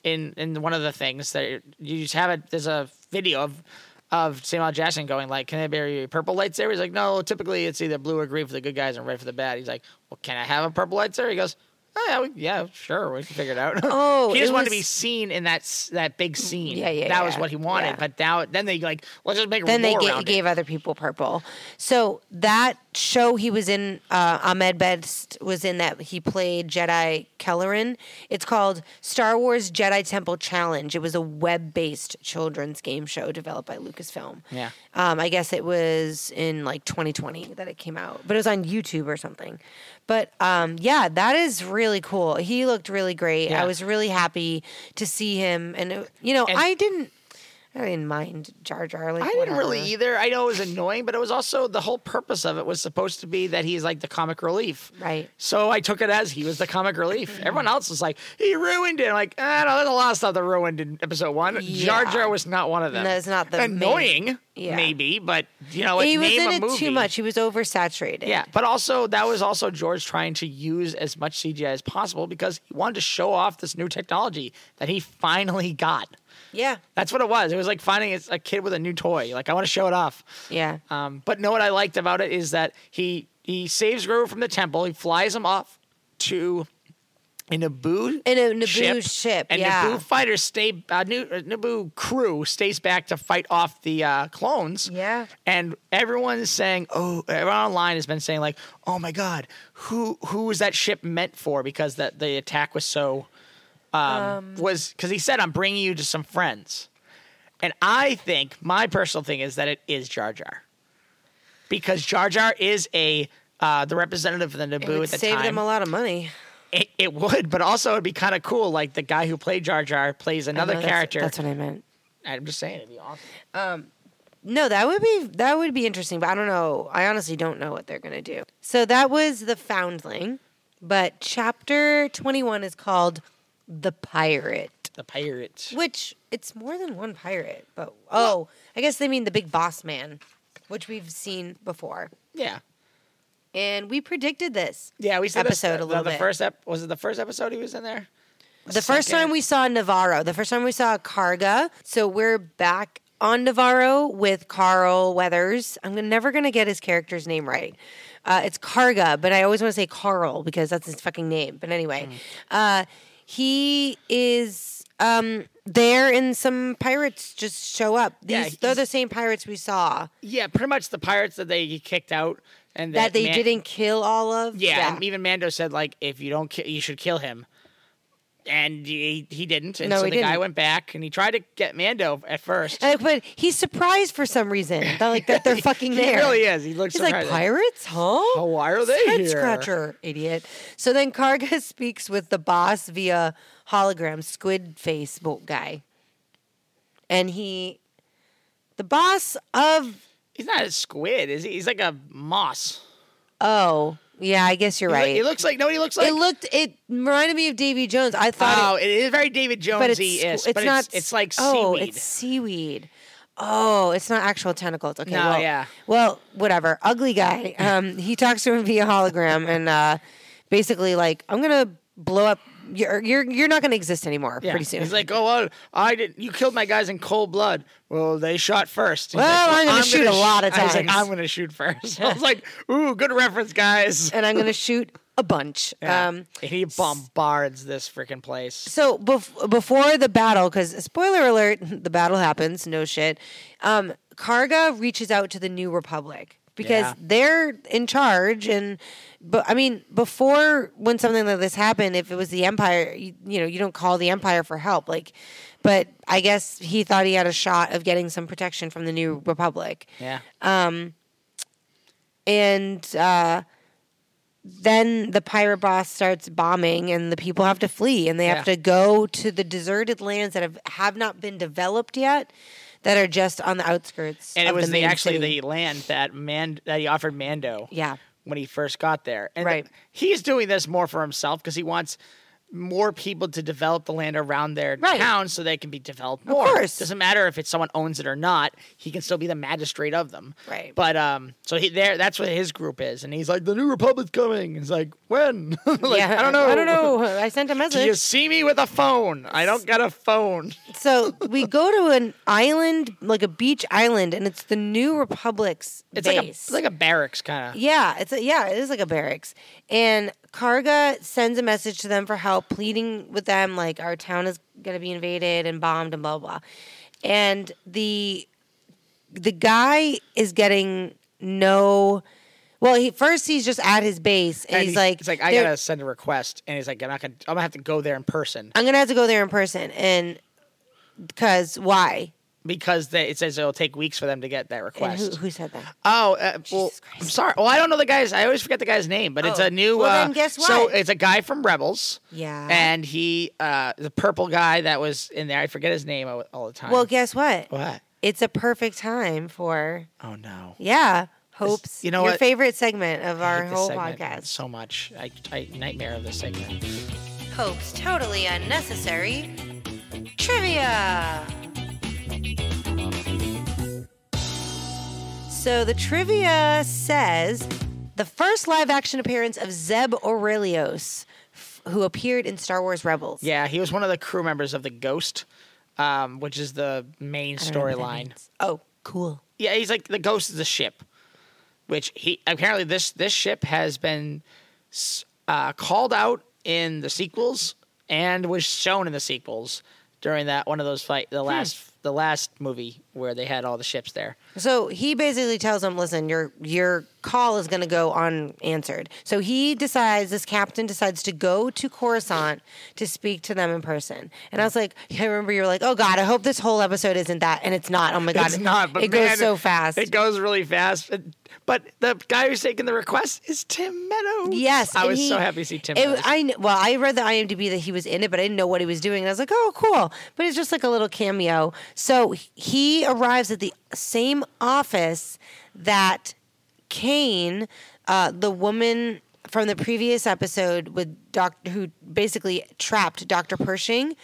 C: in in one of the things that you just have it. There's a video of of Samuel L. Jackson going like, "Can I bury a purple lightsaber?" He's like, "No, typically it's either blue or green for the good guys and red for the bad." He's like, "Well, can I have a purple lightsaber?" He goes. Oh, yeah, we, yeah, sure. We can figure it out.
B: Oh,
C: he just
B: it
C: wanted to
B: was-
C: be seen in that s- that big scene.
B: Yeah, yeah,
C: That was
B: yeah,
C: what he wanted.
B: yeah.
C: But now, then they like let's just make a
B: Then they
C: lore
B: ga-
C: around it.
B: gave other people purple. So that show he was in, uh, Ahmed Best was in that he played Jedi Kellerin. It's called Star Wars Jedi Temple Challenge. It was a web-based children's game show developed by Lucasfilm.
C: Yeah.
B: Um, I guess it was in like 2020 that it came out, but it was on YouTube or something. But um, yeah, that is really cool. He looked really great.
C: Yeah.
B: I was really happy to see him, and it, you know,
C: And-
B: I didn't, I didn't mind Jar Jar. Like
C: I didn't really
B: whatever.
C: either. I know it was annoying, but it was also the whole purpose of it was supposed to be that he's like the comic relief.
B: Right.
C: So I took it as he was the comic relief. Everyone else was like, he ruined it. I'm like, "Ah, I know, there's a lot of stuff that ruined in episode one. Jar
B: Yeah.
C: Jar was not one of them.
B: No, it's not the main-
C: annoying,
B: Yeah.
C: maybe, but you know, it
B: He was
C: name
B: in
C: a
B: it
C: movie.
B: too much. He was oversaturated.
C: Yeah, but also that was also George trying to use as much CGI as possible because he wanted to show off this new technology that he finally got.
B: yeah,
C: That's what it was. It was like finding a kid with a new toy. Like I want to show it off.
B: yeah.
C: Um, but no, what I liked about it is that he he saves Grover from the temple. He flies him off to a Naboo
B: In a Naboo ship,
C: and
B: yeah.
C: Naboo fighters stay. Uh, New, uh, Naboo crew stays back to fight off the uh, clones.
B: Yeah.
C: and everyone's saying, "Oh, everyone online has been saying like, oh my god, who who was that ship meant for?" Because that the attack was so um, was because he said, "I'm bringing you to some friends," and I think my personal thing is that it is Jar Jar, because Jar Jar is a uh, the representative of the Naboo
B: it would
C: at the
B: save
C: time.
B: them a lot of money.
C: it, it would, but also it'd be kind of cool. Like the guy who played Jar Jar plays another
B: No, that's-
C: character.
B: That's what I meant.
C: I'm just saying, it'd be awesome.
B: No, that would be that would be interesting, but I don't know. I honestly don't know what they're gonna do. So that was the foundling, but chapter twenty one is called the pirate,
C: The pirate.
B: which it's more than one pirate. But oh, I guess they mean the big boss man, which we've seen before,
C: Yeah,
B: and we predicted this.
C: yeah. We said this-
B: Episode a
C: the-
B: little
C: the
B: bit.
C: first ep- was it the first episode he was in there?
B: The first
C: Second.
B: time we saw Navarro, the first time we saw Karga. So we're back on Navarro with Carl Weathers. I'm gonna- never going to get his character's name right. Uh, it's Karga, but I always want to say Carl because that's his fucking name. But anyway, uh, he is um, there, and some pirates just show up. These,
C: Yeah,
B: they're
C: he's-
B: the same pirates we saw
C: Yeah, pretty much the pirates that they kicked out and
B: that they
C: man-
B: didn't kill all of.
C: Yeah, and even Mando said like, if you don't, ki- you should kill him, and he he didn't. And
B: No,
C: so
B: he
C: the guy
B: didn't.
C: went back and he tried to get Mando at first.
B: Like, Uh, but he's surprised for some reason. That like that they're fucking
C: He
B: there.
C: really is. He looks
B: He's
C: surprised.
B: like pirates, huh?
C: Oh, why are they
B: Head
C: here?"
B: scratcher, idiot. So then Karga speaks with the boss via hologram, squid face bolt guy, and he, the boss of
C: He's not a squid, is he? He's like a moss.
B: oh yeah, I guess you're
C: He lo-
B: right.
C: He looks like no. He looks like.
B: it looked it reminded me of Davy Jones. I thought
C: Oh, it is very David
B: but it's,
C: Jonesy
B: squ-
C: is,
B: it's
C: but
B: not.
C: It's, it's like
B: oh,
C: seaweed.
B: it's seaweed. Oh, it's not actual tentacles. Okay,
C: No,
B: well,
C: yeah.
B: well, whatever. Ugly guy. Um, he talks to him via hologram and uh, basically like, I'm gonna blow up. You're you're you're not gonna exist anymore
C: Yeah.
B: pretty soon.
C: He's like, oh well, I didn't. You killed my guys in cold blood. Well, they shot first. He's
B: Well,
C: like,
B: I'm gonna shoot a lot of
C: I was like,
B: times.
C: I'm gonna shoot first. I was like, ooh, good reference, guys.
B: and I'm gonna shoot a bunch.
C: Yeah.
B: Um,
C: And he bombards this freaking place.
B: so bef- before the battle, because spoiler alert, the battle happens. No shit. Um, Karga reaches out to the New Republic because
C: Yeah.
B: they're in charge, and but I mean, before when something like this happened, if it was the Empire, you, you know, you don't call the Empire for help, like. But I guess he thought he had a shot of getting some protection from the New Republic.
C: Yeah.
B: and uh, then the pirate boss starts bombing, and the people have to flee, and they have
C: Yeah.
B: to go to the deserted lands that have, have not been developed yet, that are just on the outskirts.
C: and it
B: of
C: was
B: the,
C: the,
B: main
C: actually
B: city.
C: the land that man that he offered Mando.
B: Yeah.
C: when he first got there, and
B: Right.
C: he's doing this more for himself because he wants more people to develop the land around their
B: Right.
C: town so they can be developed more.
B: course.
C: doesn't matter if it's someone owns it or not. He can still be the magistrate of them.
B: Right.
C: But um, so he there that's what his group is, and he's like, the new republic's coming. He's like, when? like,
B: yeah,
C: I don't know.
B: I don't know. I sent a
C: Do
B: message.
C: you see me with a phone? I don't got a phone.
B: So we go to an island, like a beach island, and it's the New Republic's
C: It's like a
B: base.
C: it's like a barracks kind of.
B: yeah, it's a, yeah, it is like a barracks. And Karga sends a message to them for help, pleading with them like our town is going to be invaded and bombed and blah blah. And the the guy is getting no. Well, he first he's just at his base, and,
C: And
B: he's
C: he-
B: like,
C: it's like I
B: "There-
C: gotta send a request, and he's like, I'm not gonna, I'm gonna have to go there in person
B: I'm gonna have to go there in person, and because why?
C: because they, it says it'll take weeks for them to get that
B: And who,
C: request.
B: who said that?
C: oh, uh, well,
B: Jesus
C: I'm sorry. Well, I don't know the guy's. I always forget the guy's name, but it's
B: Oh.
C: a new.
B: Well,
C: uh,
B: then guess
C: So
B: what? Uh-huh.
C: it's a guy from Rebels.
B: Yeah.
C: And he, uh, the purple guy that was in there, I forget his name all, all the time.
B: Well, guess what?
C: what?
B: It's a perfect time for
C: Oh no.
B: yeah, hopes.
C: you know
B: your
C: what?
B: favorite segment of
C: I
B: our
C: hate this
B: whole
C: segment
B: podcast.
C: so much. I, I nightmare of this segment.
B: Hopes totally unnecessary trivia. So the trivia says the first live action appearance of Zeb Aurelios, f- who appeared in Star Wars Rebels.
C: Yeah, he was one of the crew members of the Ghost, um, which is the main
B: I don't know what that
C: storyline.
B: means. Oh, cool.
C: Yeah, he's like the ghost is a ship, which he apparently this this ship has been s- uh, called out in the sequels and was shown in the sequels during that one of those fight the last the last movie where they had all the ships there.
B: So he basically tells him, "Listen, your your call is going to go unanswered." So he decides, this captain decides to go to Coruscant to speak to them in person. And I was like, I remember you were like, "Oh God, I hope this whole episode isn't that." And it's not. Oh my God,
C: it's not, but
B: it
C: man,
B: goes so fast.
C: It goes really fast. But, but the guy who's taking the request is Tim Meadows.
B: Yes,
C: I
B: and
C: was
B: he-
C: so happy to see Tim.
B: it-
C: Meadows.
B: I kn- well, I read the IMDb that he was in it, but I didn't know what he was doing, and I was like, "Oh, cool!" But it's just like a little cameo. So he arrives at the same office that Kane, uh, the woman from the previous episode with Doctor, who basically trapped Doctor Pershing.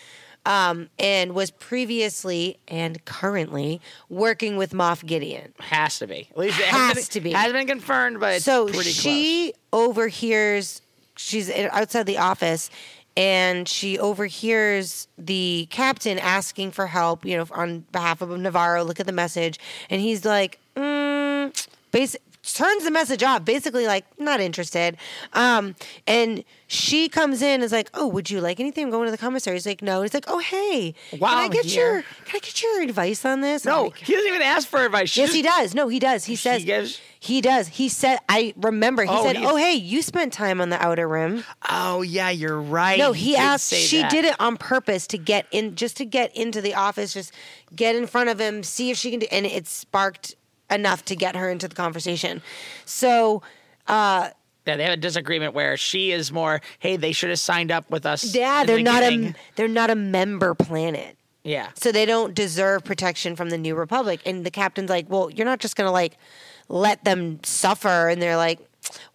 B: Um, and was previously and currently working with Moff Gideon.
C: has to be. At least it
B: Has
C: hasn't
B: to
C: been-
B: be.
C: Hasn't been confirmed, but it's
B: so
C: pretty close.
B: she overhears she's outside the office and she overhears the captain asking for help you know on behalf of navarro look at the message and he's like mm, basic turns the message off basically like not interested um and she comes in and is like oh would you like anything I'm going to the commissary he's like no he's like oh hey
C: While
B: can i
C: I'm
B: get
C: here."
B: your can i get your advice on this And I'm
C: No,
B: like,
C: Oh, he doesn't even ask for advice. She
B: Yes,
C: just
B: he does. No, he does. He says
C: gives-
B: he does. He said. I remember. He
C: Oh,
B: said,
C: he-
B: "Oh, hey, you spent time on the outer rim."
C: Oh yeah, you're right.
B: No, he
C: did
B: asked.
C: say
B: She
C: that.
B: did it on purpose to get in, just to get into the office, just get in front of him, see if she can do. And it sparked enough to get her into the conversation. So
C: Yeah, they have a disagreement where she is more. Hey, they should have signed up with us.
B: yeah,
C: in the
B: they're not a
C: beginning."
B: they're not a member planet.
C: Yeah,
B: So they don't deserve protection from the New Republic. And the captain's like, well, you're not just going to like let them suffer. And they're like,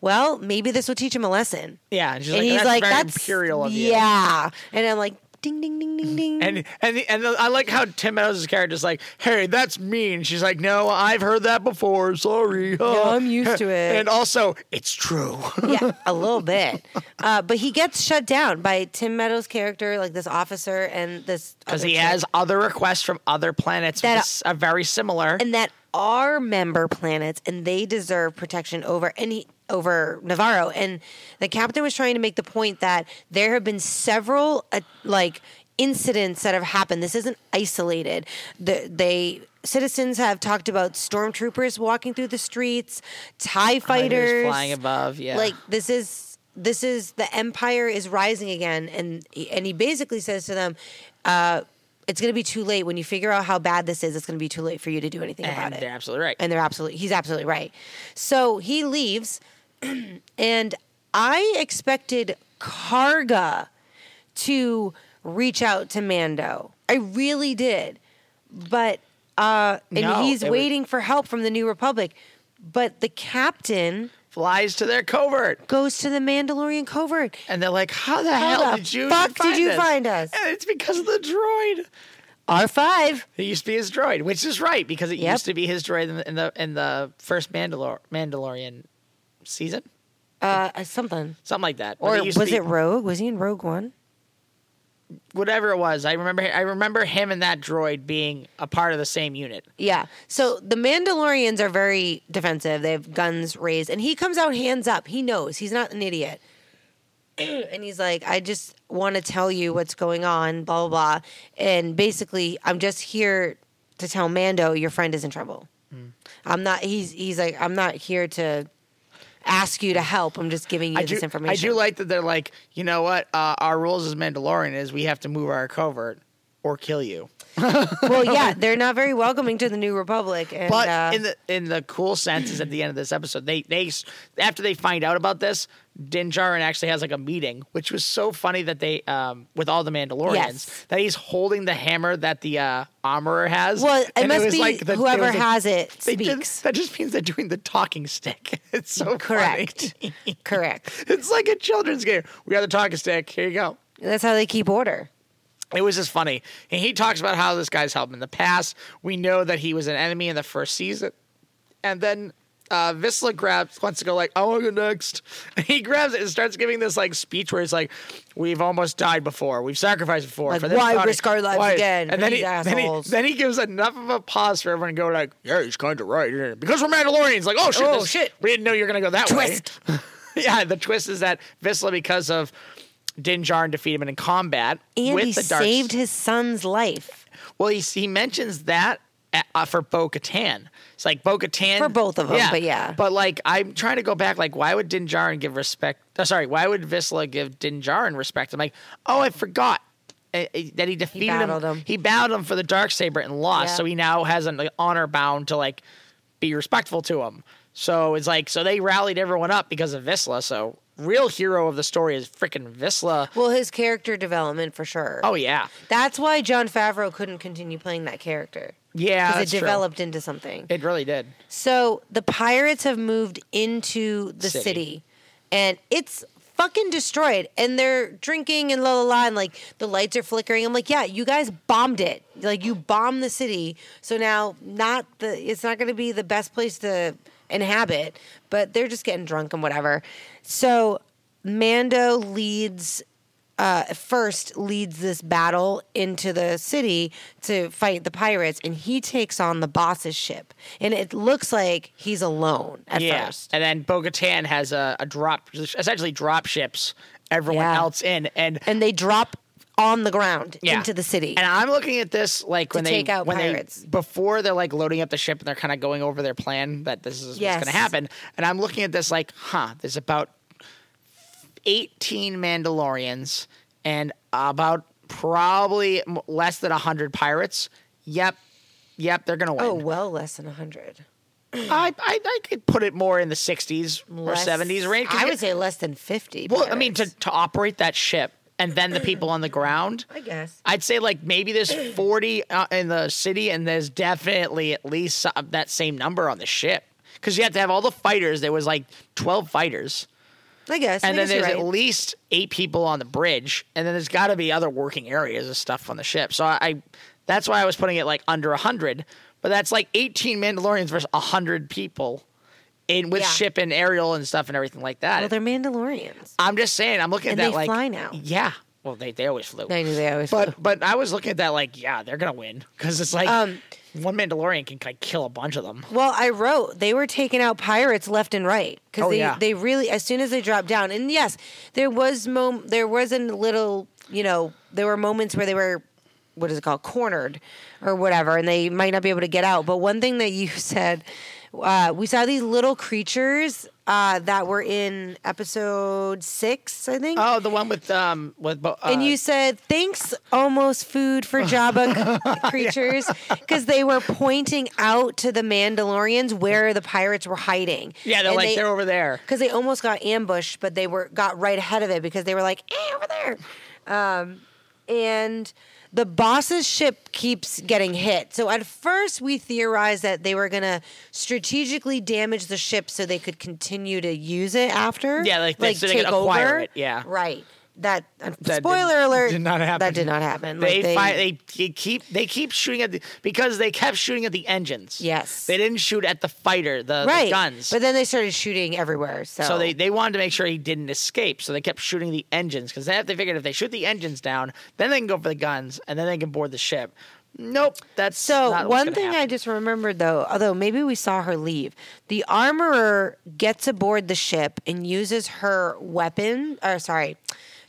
B: well, maybe this will teach him a lesson.
C: yeah. And, she's
B: and
C: like,
B: he's
C: that's
B: like,
C: very
B: that's
C: imperial of you.
B: Yeah. And I'm like, ding, ding, ding, ding, ding.
C: And and the, and the, I like how Tim Meadows' character is like, "Hey, that's mean." She's like, "No, I've heard that before. Sorry." huh."
B: Oh, I'm used to it.
C: And also, it's true.
B: yeah, a little bit. Uh, but he gets shut down by Tim Meadows' character, like this officer and this.
C: Because
B: other
C: he
B: chick.
C: has other requests from other planets
B: That-
C: that are very similar.
B: And that are member planets and they deserve protection over any. Over Navarro, and the captain was trying to make the point that there have been several uh, like incidents that have happened. This isn't isolated. The, they citizens have talked about stormtroopers walking through the streets, Tie
C: Fighters
B: fighters
C: flying above. Yeah,
B: like this is this is the empire is rising again and and he basically says to them uh it's going to be too late when you figure out how bad this is. It's going to be too late for you to do anything about
C: And
B: it.
C: they're absolutely right.
B: And they're absolutely, he's absolutely right. So he leaves, and I expected Karga to reach out to Mando. I really did. But, uh, and
C: No,
B: he's
C: it was-
B: waiting for help from the New Republic. But the captain
C: Flies to their covert.
B: goes to the Mandalorian covert.
C: And they're like, how the
B: How
C: hell
B: the
C: did you
B: fuck
C: even
B: did you
C: us?
B: find us?
C: And it's because of the droid.
B: R5.
C: It used to be his droid, which is right because it
B: Yep.
C: used to be his droid in the in the, in the first Mandalor- Mandalorian season,
B: Uh, something.
C: something like that. But
B: Or
C: used
B: was
C: to be-
B: it Rogue? Was he in Rogue One?
C: whatever it was? I remember I remember him and that droid being a part of the same unit.
B: Yeah. So the Mandalorians are very defensive. They have guns raised, and he comes out hands up. He knows he's not an idiot. and he's like, I just want to tell you what's going on, blah, blah, blah. And basically, I'm just here to tell Mando your friend is in trouble.
C: Hmm.
B: I'm not, he's, he's like, I'm not here to ask you to help. I'm just giving you
C: I do,
B: this information.
C: I do like that they're like, you know what? Uh, our rules as Mandalorian is we have to move our covert or kill you.
B: well, yeah, they're not very welcoming to the New Republic. And,
C: But
B: uh,
C: in the in the cool sense is at the end of this episode, they they after they find out about this, Din Djarin actually has like a meeting, which was so funny that they um with all the Mandalorians
B: Yes.
C: that he's holding the hammer that the uh, armorer has.
B: well, it
C: And
B: must
C: was
B: be
C: like the- it
B: whoever
C: was like-
B: has it
C: they did-
B: speaks.
C: that just means they're doing the talking stick. It's so funny.
B: Correct. Correct.
C: It's like a children's game. We got the talking stick. Here you go.
B: That's how they keep order.
C: It was just funny. And he talks about how this guy's helped in the past. We know that he was an enemy in the first season. And then uh Visla grabs wants to go like, I wanna go next. And he grabs it and starts giving this like speech where he's like, We've almost died before, we've sacrificed before.
B: Like,
C: for this
B: why
C: product.
B: risk our lives again
C: And
B: for
C: then
B: these
C: he, then, he,
B: assholes?
C: then he gives enough of a pause for everyone to go like, Yeah, he's kinda right. yeah." Because we're Mandalorians, like, oh shit,
B: Oh,
C: this-
B: shit.
C: We didn't know you were gonna go that way.
B: Twist.
C: yeah, the twist is that Visla, because of Din Djarin defeat him in combat
B: And
C: with
B: he
C: the dark
B: saved his son's life
C: well, he, he mentions that at, uh, for Bo Katan. It's like Bo Katan.
B: For both of 'em, but yeah.
C: But like, I'm trying to go back, like, why would Din Djarin give respect? uh, sorry, why would Visla give Din Djarin respect? I'm like, oh, I forgot. uh, uh, That he defeated
B: battled him.
C: He bowed him for the dark saber and lost,
B: Yeah.
C: so he now has an like, honor bound to like be respectful to him. So it's like so they rallied everyone up because of Visla. So real hero of the story is freaking Visla.
B: well his character development for sure
C: Oh yeah,
B: that's why john favreau couldn't continue playing that character
C: yeah.
B: because
C: that's
B: it
C: true.
B: developed into something
C: It really did.
B: so the pirates have moved into the city.
C: City.
B: and it's fucking destroyed and they're drinking and la la la and like the lights are flickering i'm like yeah you guys bombed it like you bombed the city so now not the it's not going to be the best place to inhabit but they're just getting drunk and whatever so mando leads uh, first leads this battle into the city to fight the pirates, and he takes on the boss's ship. And it looks like he's alone at
C: yeah.
B: first.
C: And then Bogatan has a, a drop, essentially drop ships everyone
B: Yeah.
C: else in, and
B: And they drop on the ground
C: yeah.
B: into the city.
C: And I'm looking at this like when they
B: take out
C: when they-
B: pirates.
C: before they're like loading up the ship and they're kind of going over their plan that this is
B: Yes.
C: what's going to happen. And I'm looking at this like, huh? There's about 18 Mandalorians and about probably m- less than 100 pirates. Yep. Yep, they're gonna win.
B: oh, well, less than 100.
C: I, I I could put it more in the 60s or
B: Less-
C: 70s range. 'cause
B: I
C: you-
B: would say less than 50.
C: Well, I mean, to,
B: pirates.
C: to operate that ship and then the people on the ground,
B: I guess.
C: I'd say like maybe there's 40 uh, in the city, and there's definitely at least so- that same number on the ship. Because you have to have all the fighters. There was like 12 fighters.
B: I guess.
C: And
B: I
C: then
B: guess you're
C: there's at
B: right.
C: least eight people on the bridge. And then there's got to be other working areas and stuff on the ship. So I, I that's why I was putting it like under 100. But that's like 18 Mandalorians versus 100 people in with
B: Yeah.
C: ship and aerial and stuff and everything like that.
B: Well, they're Mandalorians.
C: I'm just saying. I'm looking at
B: And
C: that
B: they
C: like
B: fly now.
C: Yeah. Well, they they always flew.
B: I knew they always
C: but but I was looking at that like yeah, they're gonna win because it's like
B: Um,
C: one Mandalorian can like kill a bunch of them.
B: Well, I wrote they were taking out pirates left and right because
C: Oh,
B: they,
C: yeah.
B: they really as soon as they dropped down. And yes, there was mom there was a little you know there were moments where they were what is it called cornered or whatever, and they might not be able to get out. But one thing that you said, uh, we saw these little creatures uh, that were in episode six, I think.
C: Oh, the one with um with Bo- uh,
B: and you said thanks almost food for Jabba c- creatures because they were pointing out to the Mandalorians where the pirates were hiding.
C: Yeah, they're
B: And
C: like
B: they-
C: they're over there.
B: because they almost got ambushed, but they were got right ahead of it because they were like, "Eh, over there," um, and the boss's ship keeps getting hit. So at first we theorized that they were gonna strategically damage the ship so they could continue to use it after.
C: Yeah, like they- so they could acquire it, yeah.
B: right. That, uh,
C: did-
B: spoiler alert
C: did not happen.
B: That did not happen. like
C: They,
B: they,
C: fi- they they keep they keep shooting at the because they kept shooting at the engines.
B: Yes.
C: they didn't shoot at the fighter, the, the
B: right
C: guns.
B: but then they started shooting everywhere. So,
C: so they, they wanted to make sure he didn't escape. So they kept shooting the engines because they, they figured if they shoot the engines down, then they can go for the guns and then they can board the ship. Nope, that's
B: So
C: not
B: one thing I just remembered though, although maybe we saw her leave, the armorer gets aboard the ship and uses her weapon or sorry,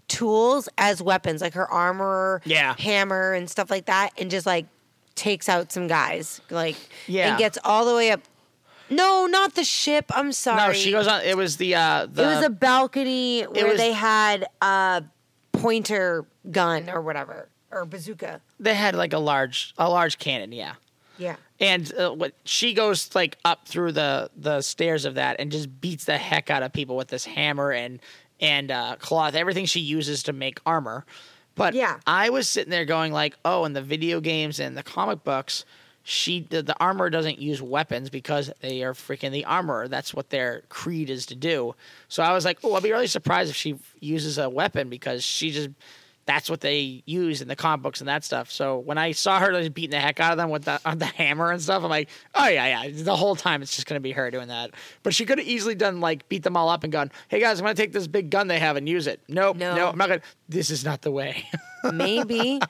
B: tools as weapons, like her armorer,
C: Yeah.
B: hammer and stuff like that, and just like takes out some guys. Like
C: Yeah.
B: and gets all the way up. No, not the ship. I'm sorry.
C: no, she goes on. It was the uh, the
B: it was a balcony where
C: was-
B: they had a pointer gun or whatever. Or bazooka.
C: they had like a large a large cannon. Yeah,
B: Yeah.
C: and uh, what she goes like up through the the stairs of that and just beats the heck out of people with this hammer and and uh, cloth everything she uses to make armor but
B: Yeah.
C: i was sitting there going like oh in the video games and the comic books she the, the armor doesn't use weapons because they are freaking the armor that's what their creed is to do so i was like oh i'll be really surprised if she uses a weapon because she just that's what they use in the comic books and that stuff. So when I saw her like, beating the heck out of them with the, on the hammer and stuff, I'm like, oh yeah, yeah. The whole time it's just gonna be her doing that. But she could have easily done like beat them all up and gone, hey guys, I'm gonna take this big gun they have and use it. Nope,
B: No.
C: no, I'm not gonna. This is not the way.
B: Maybe.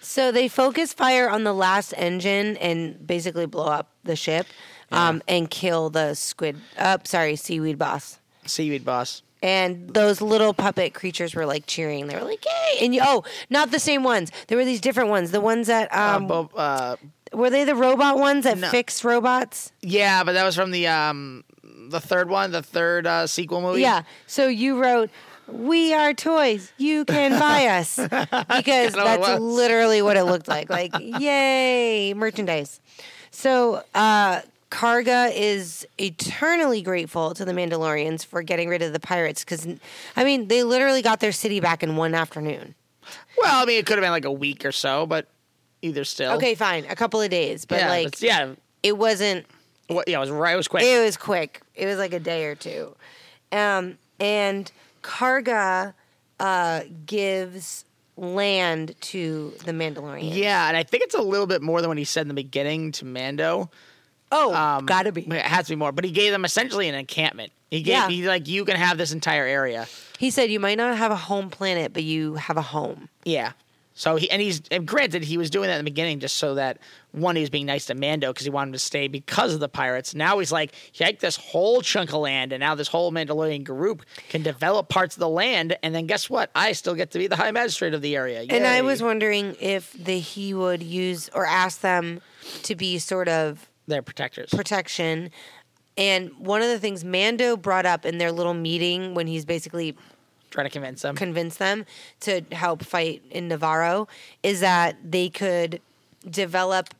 B: so they focus fire on the last engine and basically blow up the ship um, and kill the squid, uh, sorry, seaweed boss.
C: Seaweed boss.
B: And those little puppet creatures were like cheering. They were like, "Yay!" And you, oh, not the same ones. There were these different ones. The ones that um,
C: Bo- uh,
B: were they the robot ones that
C: No.
B: fix robots?
C: yeah, but that was from the um the third one, the third uh, sequel movie.
B: Yeah. So you wrote, "We are toys. You can buy us," because
C: what it
B: that's
C: was.
B: literally what it looked like. Like, yay, merchandise. So, uh, Karga is eternally grateful to the Mandalorians for getting rid of the pirates because, I mean, they literally got their city back in one afternoon.
C: Well, I mean, it could have been like a week or so, but either still.
B: Okay, fine, a couple of days, but
C: Oh. Yeah,
B: like,
C: but yeah.
B: it wasn't
C: What- Yeah, it was right. It was quick.
B: It was quick. It was like a day or two. Um, and Karga uh, gives land to the Mandalorian.
C: Yeah, and I think it's a little bit more than what he said in the beginning to Mando.
B: Oh,
C: Um,
B: gotta be.
C: It has to be more. But he gave them essentially an encampment. He gave
B: Yeah.
C: he like you can have this entire area.
B: He said, "You might not have a home planet, but you have a home."
C: Yeah. So he and he's and granted he was doing that in the beginning just so that one he was being nice to Mando because he wanted him to stay because of the pirates. Now he's like, yike this whole chunk of land, and now this whole Mandalorian group can develop parts of the land, and then guess what? I still get to be the high magistrate of the area.
B: And I
C: Yay.
B: was wondering if the he would use or ask them to be sort of
C: their protectors.
B: protection. And one of the things Mando brought up in their little meeting when he's basically
C: trying to convince them.
B: convince them to help fight in Navarro is that they could develop,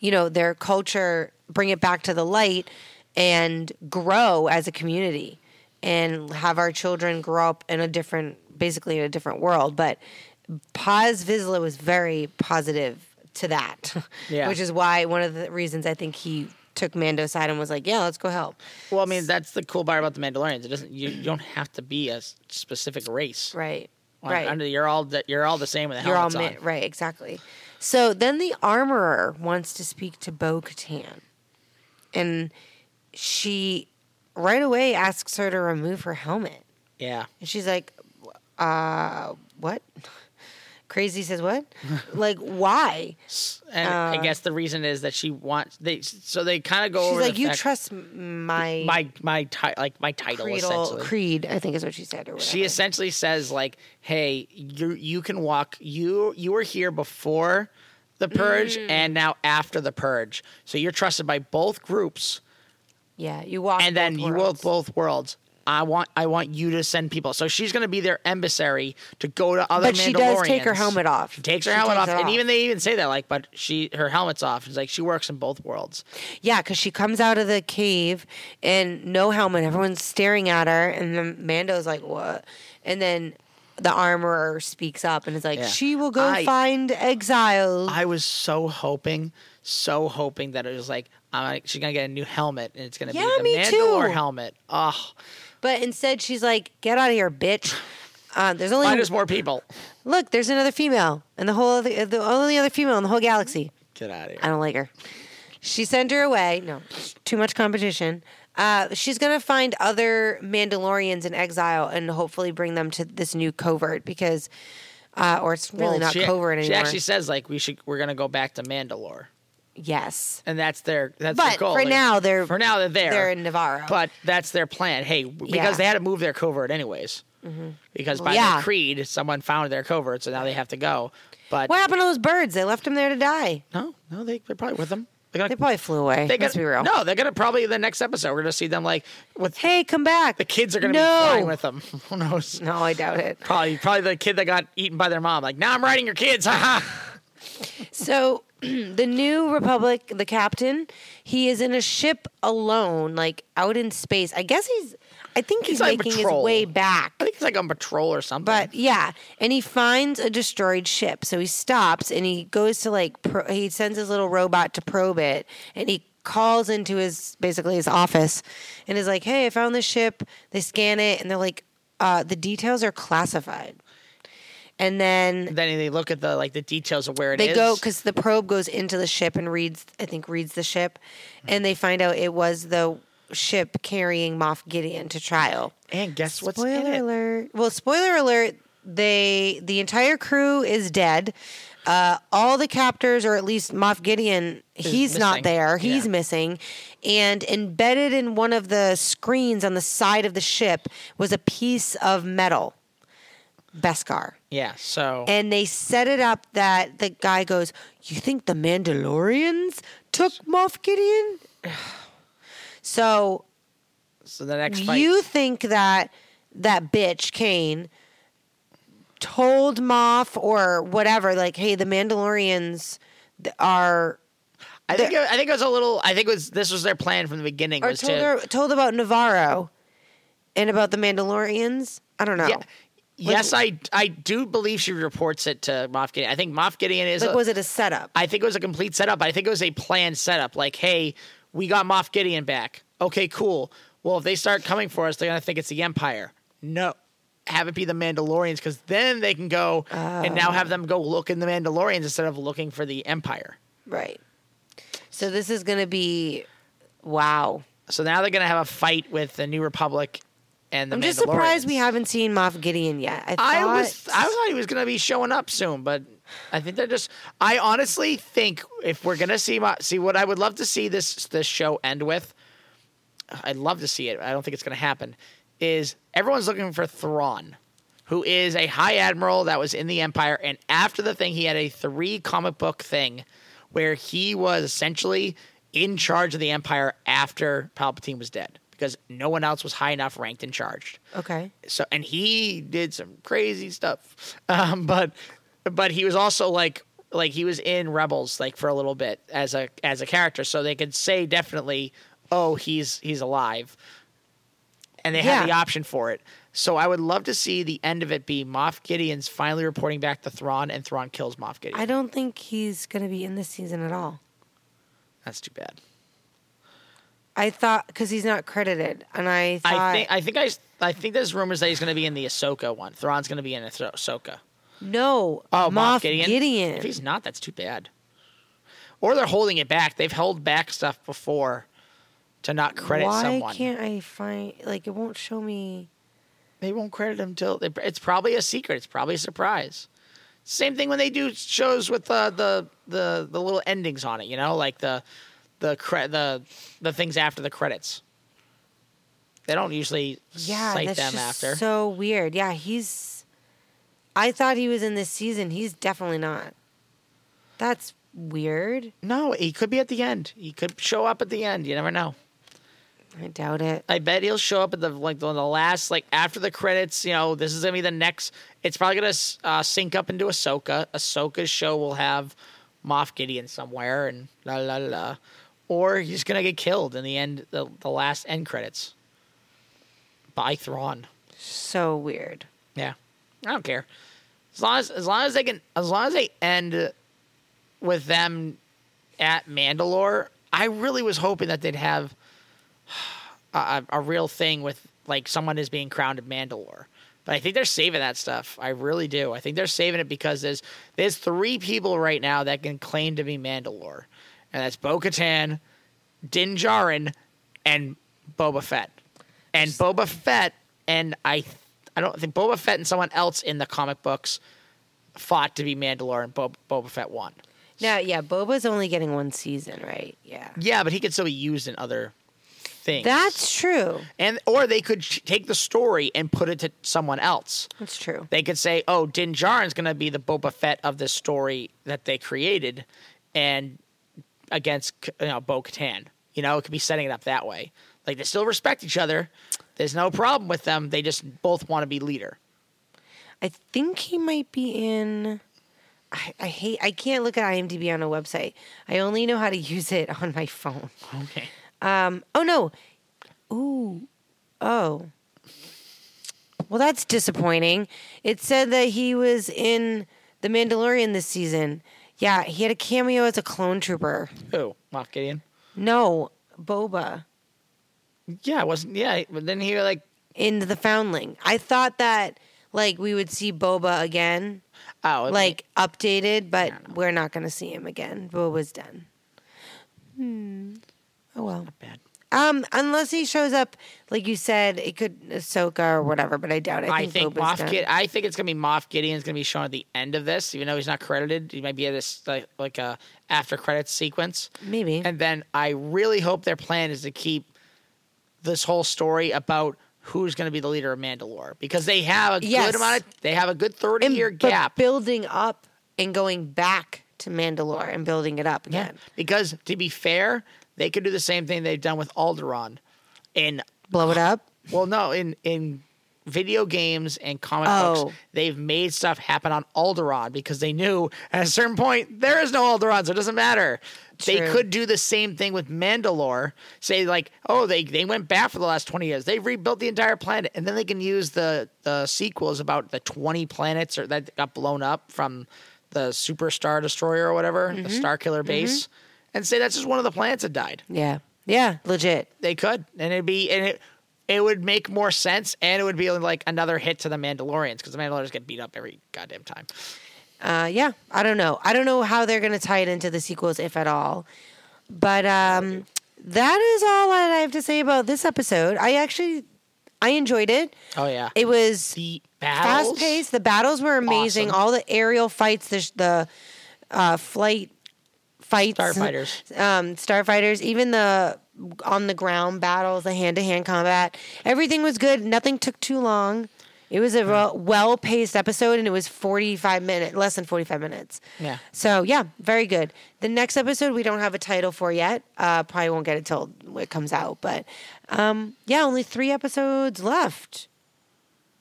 B: you know, their culture, bring it back to the light, and grow as a community and have our children grow up in a different, basically in a different world. But Paz Vizsla was very positive to that,
C: Yeah.
B: which is why one of the reasons I think he took Mando's side and was like, yeah, let's go help.
C: Well, I mean, that's the cool part about the Mandalorians. It doesn't you, you don't have to be a s- specific race.
B: Right.
C: Like,
B: right.
C: Under you're all the, you're all the same with the
B: You're all
C: helmets
B: mi-
C: on.
B: right, exactly. So then the armorer wants to speak to Bo Katan, and she right away asks her to remove her helmet,
C: Yeah.
B: and she's like, "Uh, what?" Crazy says, "What? like, why?"
C: And I guess the reason is that she wants they so they kind of go
B: Uh. She's
C: over
B: like,
C: the
B: "You
C: fact-
B: trust m- my
C: my my ti- like my title
B: creedal,
C: essentially.
B: creed." I think is what she said, or whatever.
C: she essentially says like, "Hey, you you can walk. You you were here before
B: Mm.
C: the purge and now after the purge. So you're trusted by both groups.
B: Yeah, you walk.
C: and then
B: both
C: you will
B: worlds.
C: both worlds. I want I want you to send people. So she's going to be their emissary to go to other.
B: But she does take her
C: Mandalorians.
B: helmet off.
C: She takes her
B: She
C: helmet
B: takes
C: off,
B: it
C: and
B: off.
C: even they even say that like, but she her helmet's off. It's like she works in both worlds.
B: Yeah, because she comes out of the cave and no helmet. Everyone's staring at her, and then Mando's like, "What?" And then the armorer speaks up and is like,
C: Yeah.
B: "She will go
C: I-
B: find exile."
C: I was so hoping, so hoping that it was like uh, she's gonna get a new helmet, and it's gonna
B: Yeah,
C: be
B: me
C: the Mandalore
B: too.
C: helmet. Oh,
B: but instead, she's like, "Get out of here, bitch." Uh, there's only
C: why there's more people?
B: look. There's another female, and the whole other, the only other female in the whole galaxy.
C: Get out of
B: I
C: here.
B: don't like her. She sent her away. No, too much competition. Uh, she's gonna find other Mandalorians in exile and hopefully bring them to this new covert because, uh, or it's really
C: Well,
B: not
C: she-
B: covert
C: She
B: anymore.
C: actually says like we should we're gonna go back to Mandalore,
B: yes,
C: and that's their that's their
B: but
C: goal.
B: for
C: Like,
B: now they're
C: for now they're there.
B: they're in Navarro.
C: But that's their plan. Hey, w- because
B: Yeah. Mm-hmm.
C: they had to move their covert anyways. Because by
B: Yeah.
C: their creed, someone found their covert, so now they have to go. But
B: what happened to those birds? They left them there to die.
C: no, no, they they're probably with them. They're gonna,
B: They probably flew away.
C: they're
B: Let's
C: gonna-
B: be real.
C: No, they're gonna probably the next episode. We're gonna see them like with
B: Hey, come back.
C: the kids are gonna
B: no.
C: be flying with them. Who knows?
B: No, I doubt it.
C: Probably probably the kid that got eaten by their mom. Like now I'm riding your kids. Ha ha.
B: So the new Republic, the captain, he is in a ship alone, like out in space. I guess he's, I think he's,
C: He's on
B: making
C: patrol.
B: his way back.
C: I think it's like on patrol or something.
B: But yeah, and he finds a destroyed ship. So he stops and he goes to like, pro- he sends his little robot to probe it and he calls into his basically his office and is like, hey, I found this ship. They scan it and they're like, uh, the details are classified. And then
C: then they look at the like the details of where it is.
B: they go because the probe goes into the ship and reads i think reads the ship
C: Mm-hmm.
B: and they find out it was the ship carrying moff gideon to trial
C: and guess what's in
B: spoiler
C: it?
B: alert well spoiler alert they the entire crew is dead uh, all the captors or at least moff gideon he's
C: missing.
B: not there he's
C: Yeah.
B: missing and embedded in one of the screens on the side of the ship was a piece of metal beskar
C: Yeah. So
B: and they set it up that the guy goes, "You think the Mandalorians took Moff Gideon?" So
C: so the next fight.
B: you think that that bitch Kane told Moff or whatever, like, "Hey, the Mandalorians th- are."
C: I think it, I think it was a little. I think it was this was their plan from the beginning.
B: Or
C: Was
B: told
C: to
B: her, told about Navarro and about the Mandalorians. I don't know.
C: yeah. Yes, I I do believe she reports it to Moff Gideon. I think Moff Gideon is.
B: Like,
C: a,
B: was it a setup?
C: I think it was a complete setup. I think it was a planned setup. Like, hey, we got Moff Gideon back. Okay, cool. Well, if they start coming for us, they're gonna think it's the Empire. No, have it be the Mandalorians, because then they can go and now have them go look in the Mandalorians instead of looking for the Empire.
B: right. So this is going to be wow.
C: So now they're gonna have a fight with the New Republic and the.
B: I'm just surprised we
C: Mandalorians.
B: haven't seen Moff Gideon yet. I,
C: I
B: thought-
C: was I thought he was gonna be showing up soon, but I think they're just. I honestly think if we're gonna see my, see what I would love to see this this show end with, I'd love to see it. I don't think it's gonna happen. Is everyone's looking for Thrawn, who is a high admiral that was in the Empire, and after the thing, he had a three comic book thing where he was essentially in charge of the Empire after Palpatine was dead because no one else was high enough ranked and charged
B: okay.
C: so and he did some crazy stuff um but but he was also like like he was in rebels like for a little bit as a as a character so they could say definitely oh he's he's alive and they
B: Yeah.
C: had the option for it so i would love to see the end of it be moff gideon's finally reporting back to thrawn and thrawn kills moff gideon
B: I don't think he's going to be in this season at all.
C: that's too bad
B: I thought because he's not credited, and I thought
C: i think i think i i think there's rumors that he's going to be in the ahsoka one thrawn's going to be in ahsoka
B: no.
C: Oh,
B: Moff,
C: Moff Gideon. If he's not, that's too bad. Or they're holding it back. They've held back stuff before to not credit
B: Why
C: someone.
B: can't I find like it won't show me?
C: They won't credit him till they, it's probably a secret. It's probably a surprise. Same thing when they do shows with uh, the the the little endings on it. You know, like the the cre- the the things after the credits. They don't usually
B: Yeah,
C: cite
B: that's
C: them
B: just
C: after.
B: so weird. Yeah, he's. I thought he was in this season. He's definitely not. That's weird.
C: no, he could be at the end. He could show up at the end. You never know.
B: I doubt it.
C: I bet he'll show up at the like the, the last like after the credits. You know, this is gonna be the next. It's probably gonna uh, sync up into Ahsoka. Ahsoka's show will have Moff Gideon somewhere and la la la la, or he's gonna get killed in the end. The, the last end credits by Thrawn.
B: So weird.
C: Yeah, I don't care. As long as as long as they can as long as they end with them at Mandalore, I really was hoping that they'd have a, a a real thing with like someone is being crowned at Mandalore. But I think they're saving that stuff. I really do. I think they're saving it because there's there's three people right now that can claim to be Mandalore, and that's Bo Katan, Din Djarin, and Boba Fett. And Boba Fett and I I don't think Boba Fett and someone else in the comic books fought to be Mandalore, and Bo- Boba Fett won.
B: No, yeah, Boba's only getting one season, right? Yeah.
C: Yeah, but he could still be used in other things.
B: That's true.
C: and or they could ch- take the story and put it to someone else.
B: That's true.
C: They could say, "Oh, Din Djarin's going to be the Boba Fett of this story that they created," and against you know Bo Katan. You know, it could be setting it up that way. Like they still respect each other. There's no problem with them. They just both want to be leader.
B: I think he might be in. I, I hate. I can't look at IMDb on a website. I only know how to use it on my phone.
C: Okay.
B: Um. Oh no. Ooh. Oh. Well, that's disappointing. It said that he was in The Mandalorian this season. Yeah, he had a cameo as a clone trooper.
C: Who? Moff Gideon.
B: No, Boba
C: Yeah, it wasn't. Yeah, but then he like,
B: in the Foundling. I thought that like we would see Boba again.
C: oh, it-
B: like updated, but we're not going to see him again. Boba's done. Hmm. Oh well.
C: bad.
B: Um, unless he shows up, like you said, it could Ahsoka or whatever, but I doubt. it.
C: I think
B: Boba's
C: Moff
B: done.
C: Gid- I think it's gonna be Moff Gideon's gonna be shown at the end of this, even though he's not credited. He might be at this like, like a after credits sequence.
B: Maybe.
C: And then I really hope their plan is to keep this whole story about who's gonna be the leader of Mandalore because they have a
B: Yes.
C: good amount. Of, they have a good thirty
B: And-
C: year
B: but
C: gap.
B: building up and going back to Mandalore and building it up again.
C: Because to be fair, they could do the same thing they've done with Alderaan in
B: Blow it up.
C: Well, no, in in video games and comic
B: Oh.
C: books, they've made stuff happen on Alderaan because they knew at a certain point there is no Alderaan, so it doesn't matter. They
B: True.
C: could do the same thing with Mandalore. Say like, oh, they they went back for the last twenty years. They rebuilt the entire planet, and then they can use the the sequels about the twenty planets or that got blown up from the Super Star Destroyer or whatever, the
B: Mm-hmm.
C: Star Killer base, and say that's just one of the planets that died.
B: Yeah. Yeah. Legit.
C: They could, and it'd be and it it would make more sense, and it would be like another hit to the Mandalorians because the Mandalorians get beat up every goddamn time.
B: Uh, yeah, I don't know. I don't know how they're going to tie it into the sequels, if at all. But um, that is all that I have to say about this episode. I actually, I enjoyed it.
C: Oh yeah,
B: It was
C: the battles.
B: fast paced. The battles were amazing.
C: Awesome.
B: All the aerial fights, the, sh- the uh, flight fights,
C: Starfighters.
B: um, starfighters, even the on the ground battles, the hand to hand combat. Everything was good. Nothing took too long. It was a well paced episode, and it was forty five minutes, less than forty five minutes.
C: Yeah.
B: So yeah, very good. The next episode we don't have a title for yet. Uh, probably won't get it till it comes out. But um, yeah, only three episodes left.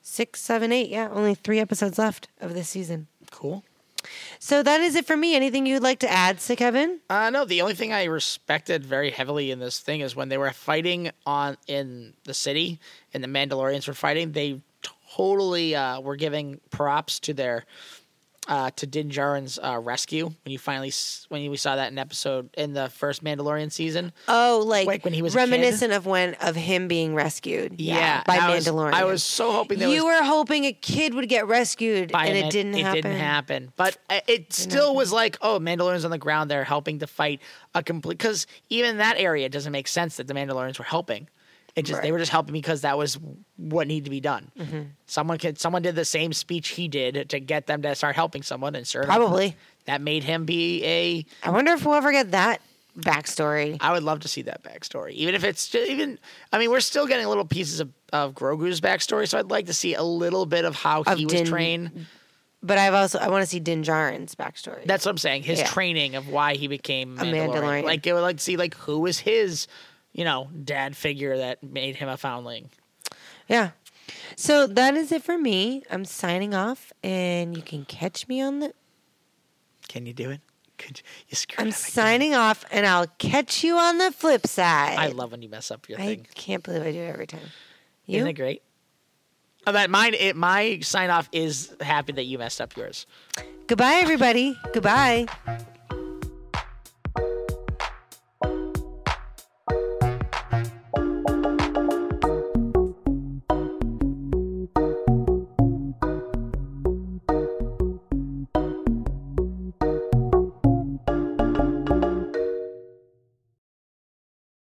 B: Six, seven, eight. Yeah, only three episodes left of this season.
C: Cool.
B: So that is it for me. Anything you'd like to add, to Kevin?
C: Uh, no, the only thing I respected very heavily in this thing is when they were fighting on in the city and the Mandalorians were fighting, they totally uh, were giving props to their uh, to Din Djarin's uh, rescue when you finally s- when we saw that in episode in the first Mandalorian season.
B: Oh, like,
C: Like when he was a kid?
B: reminiscent of when of him being rescued.
C: Yeah,
B: by
C: and I was-
B: Mandalorian.
C: I was so hoping there
B: you
C: was-
B: were hoping a kid would get rescued,
C: by
B: and
C: him,
B: it didn't happen.
C: It didn't happen. But uh, it still was like, oh, Mandalorians on the ground. They're helping to fight a complete. Because even that area it doesn't make sense that the Mandalorians were helping. It just they
B: Right. Mm-hmm.
C: were just helping because that was what needed to be done. Someone could someone did the same speech he did to get them to start helping someone, and sure, enough,
B: Probably.
C: that made him be a.
B: I wonder if we'll ever get that backstory.
C: I would love to see that backstory, even if it's just, even. I mean, we're still getting little pieces of, of Grogu's backstory, so I'd like to see a little bit of how
B: Of
C: he was
B: Din-
C: trained.
B: But I've also I want to see Din Djarin's backstory.
C: That's what I'm saying. His
B: Yeah.
C: training of why he became Mandalorian.
B: Mandalorian.
C: Like, I would like to see like who was his you know, dad figure that made him a foundling.
B: Yeah. So that is it for me. I'm signing off, and you can catch me on the.
C: Can you do it? Could you screw
B: I'm signing off, and I'll catch you on the flip side.
C: I love when you mess up your
B: I
C: thing.
B: can't believe I do it every time.
C: Isn't it
B: You?
C: great? Oh, that mine. It, my sign off is happy that you messed up yours.
B: Goodbye, everybody. Goodbye.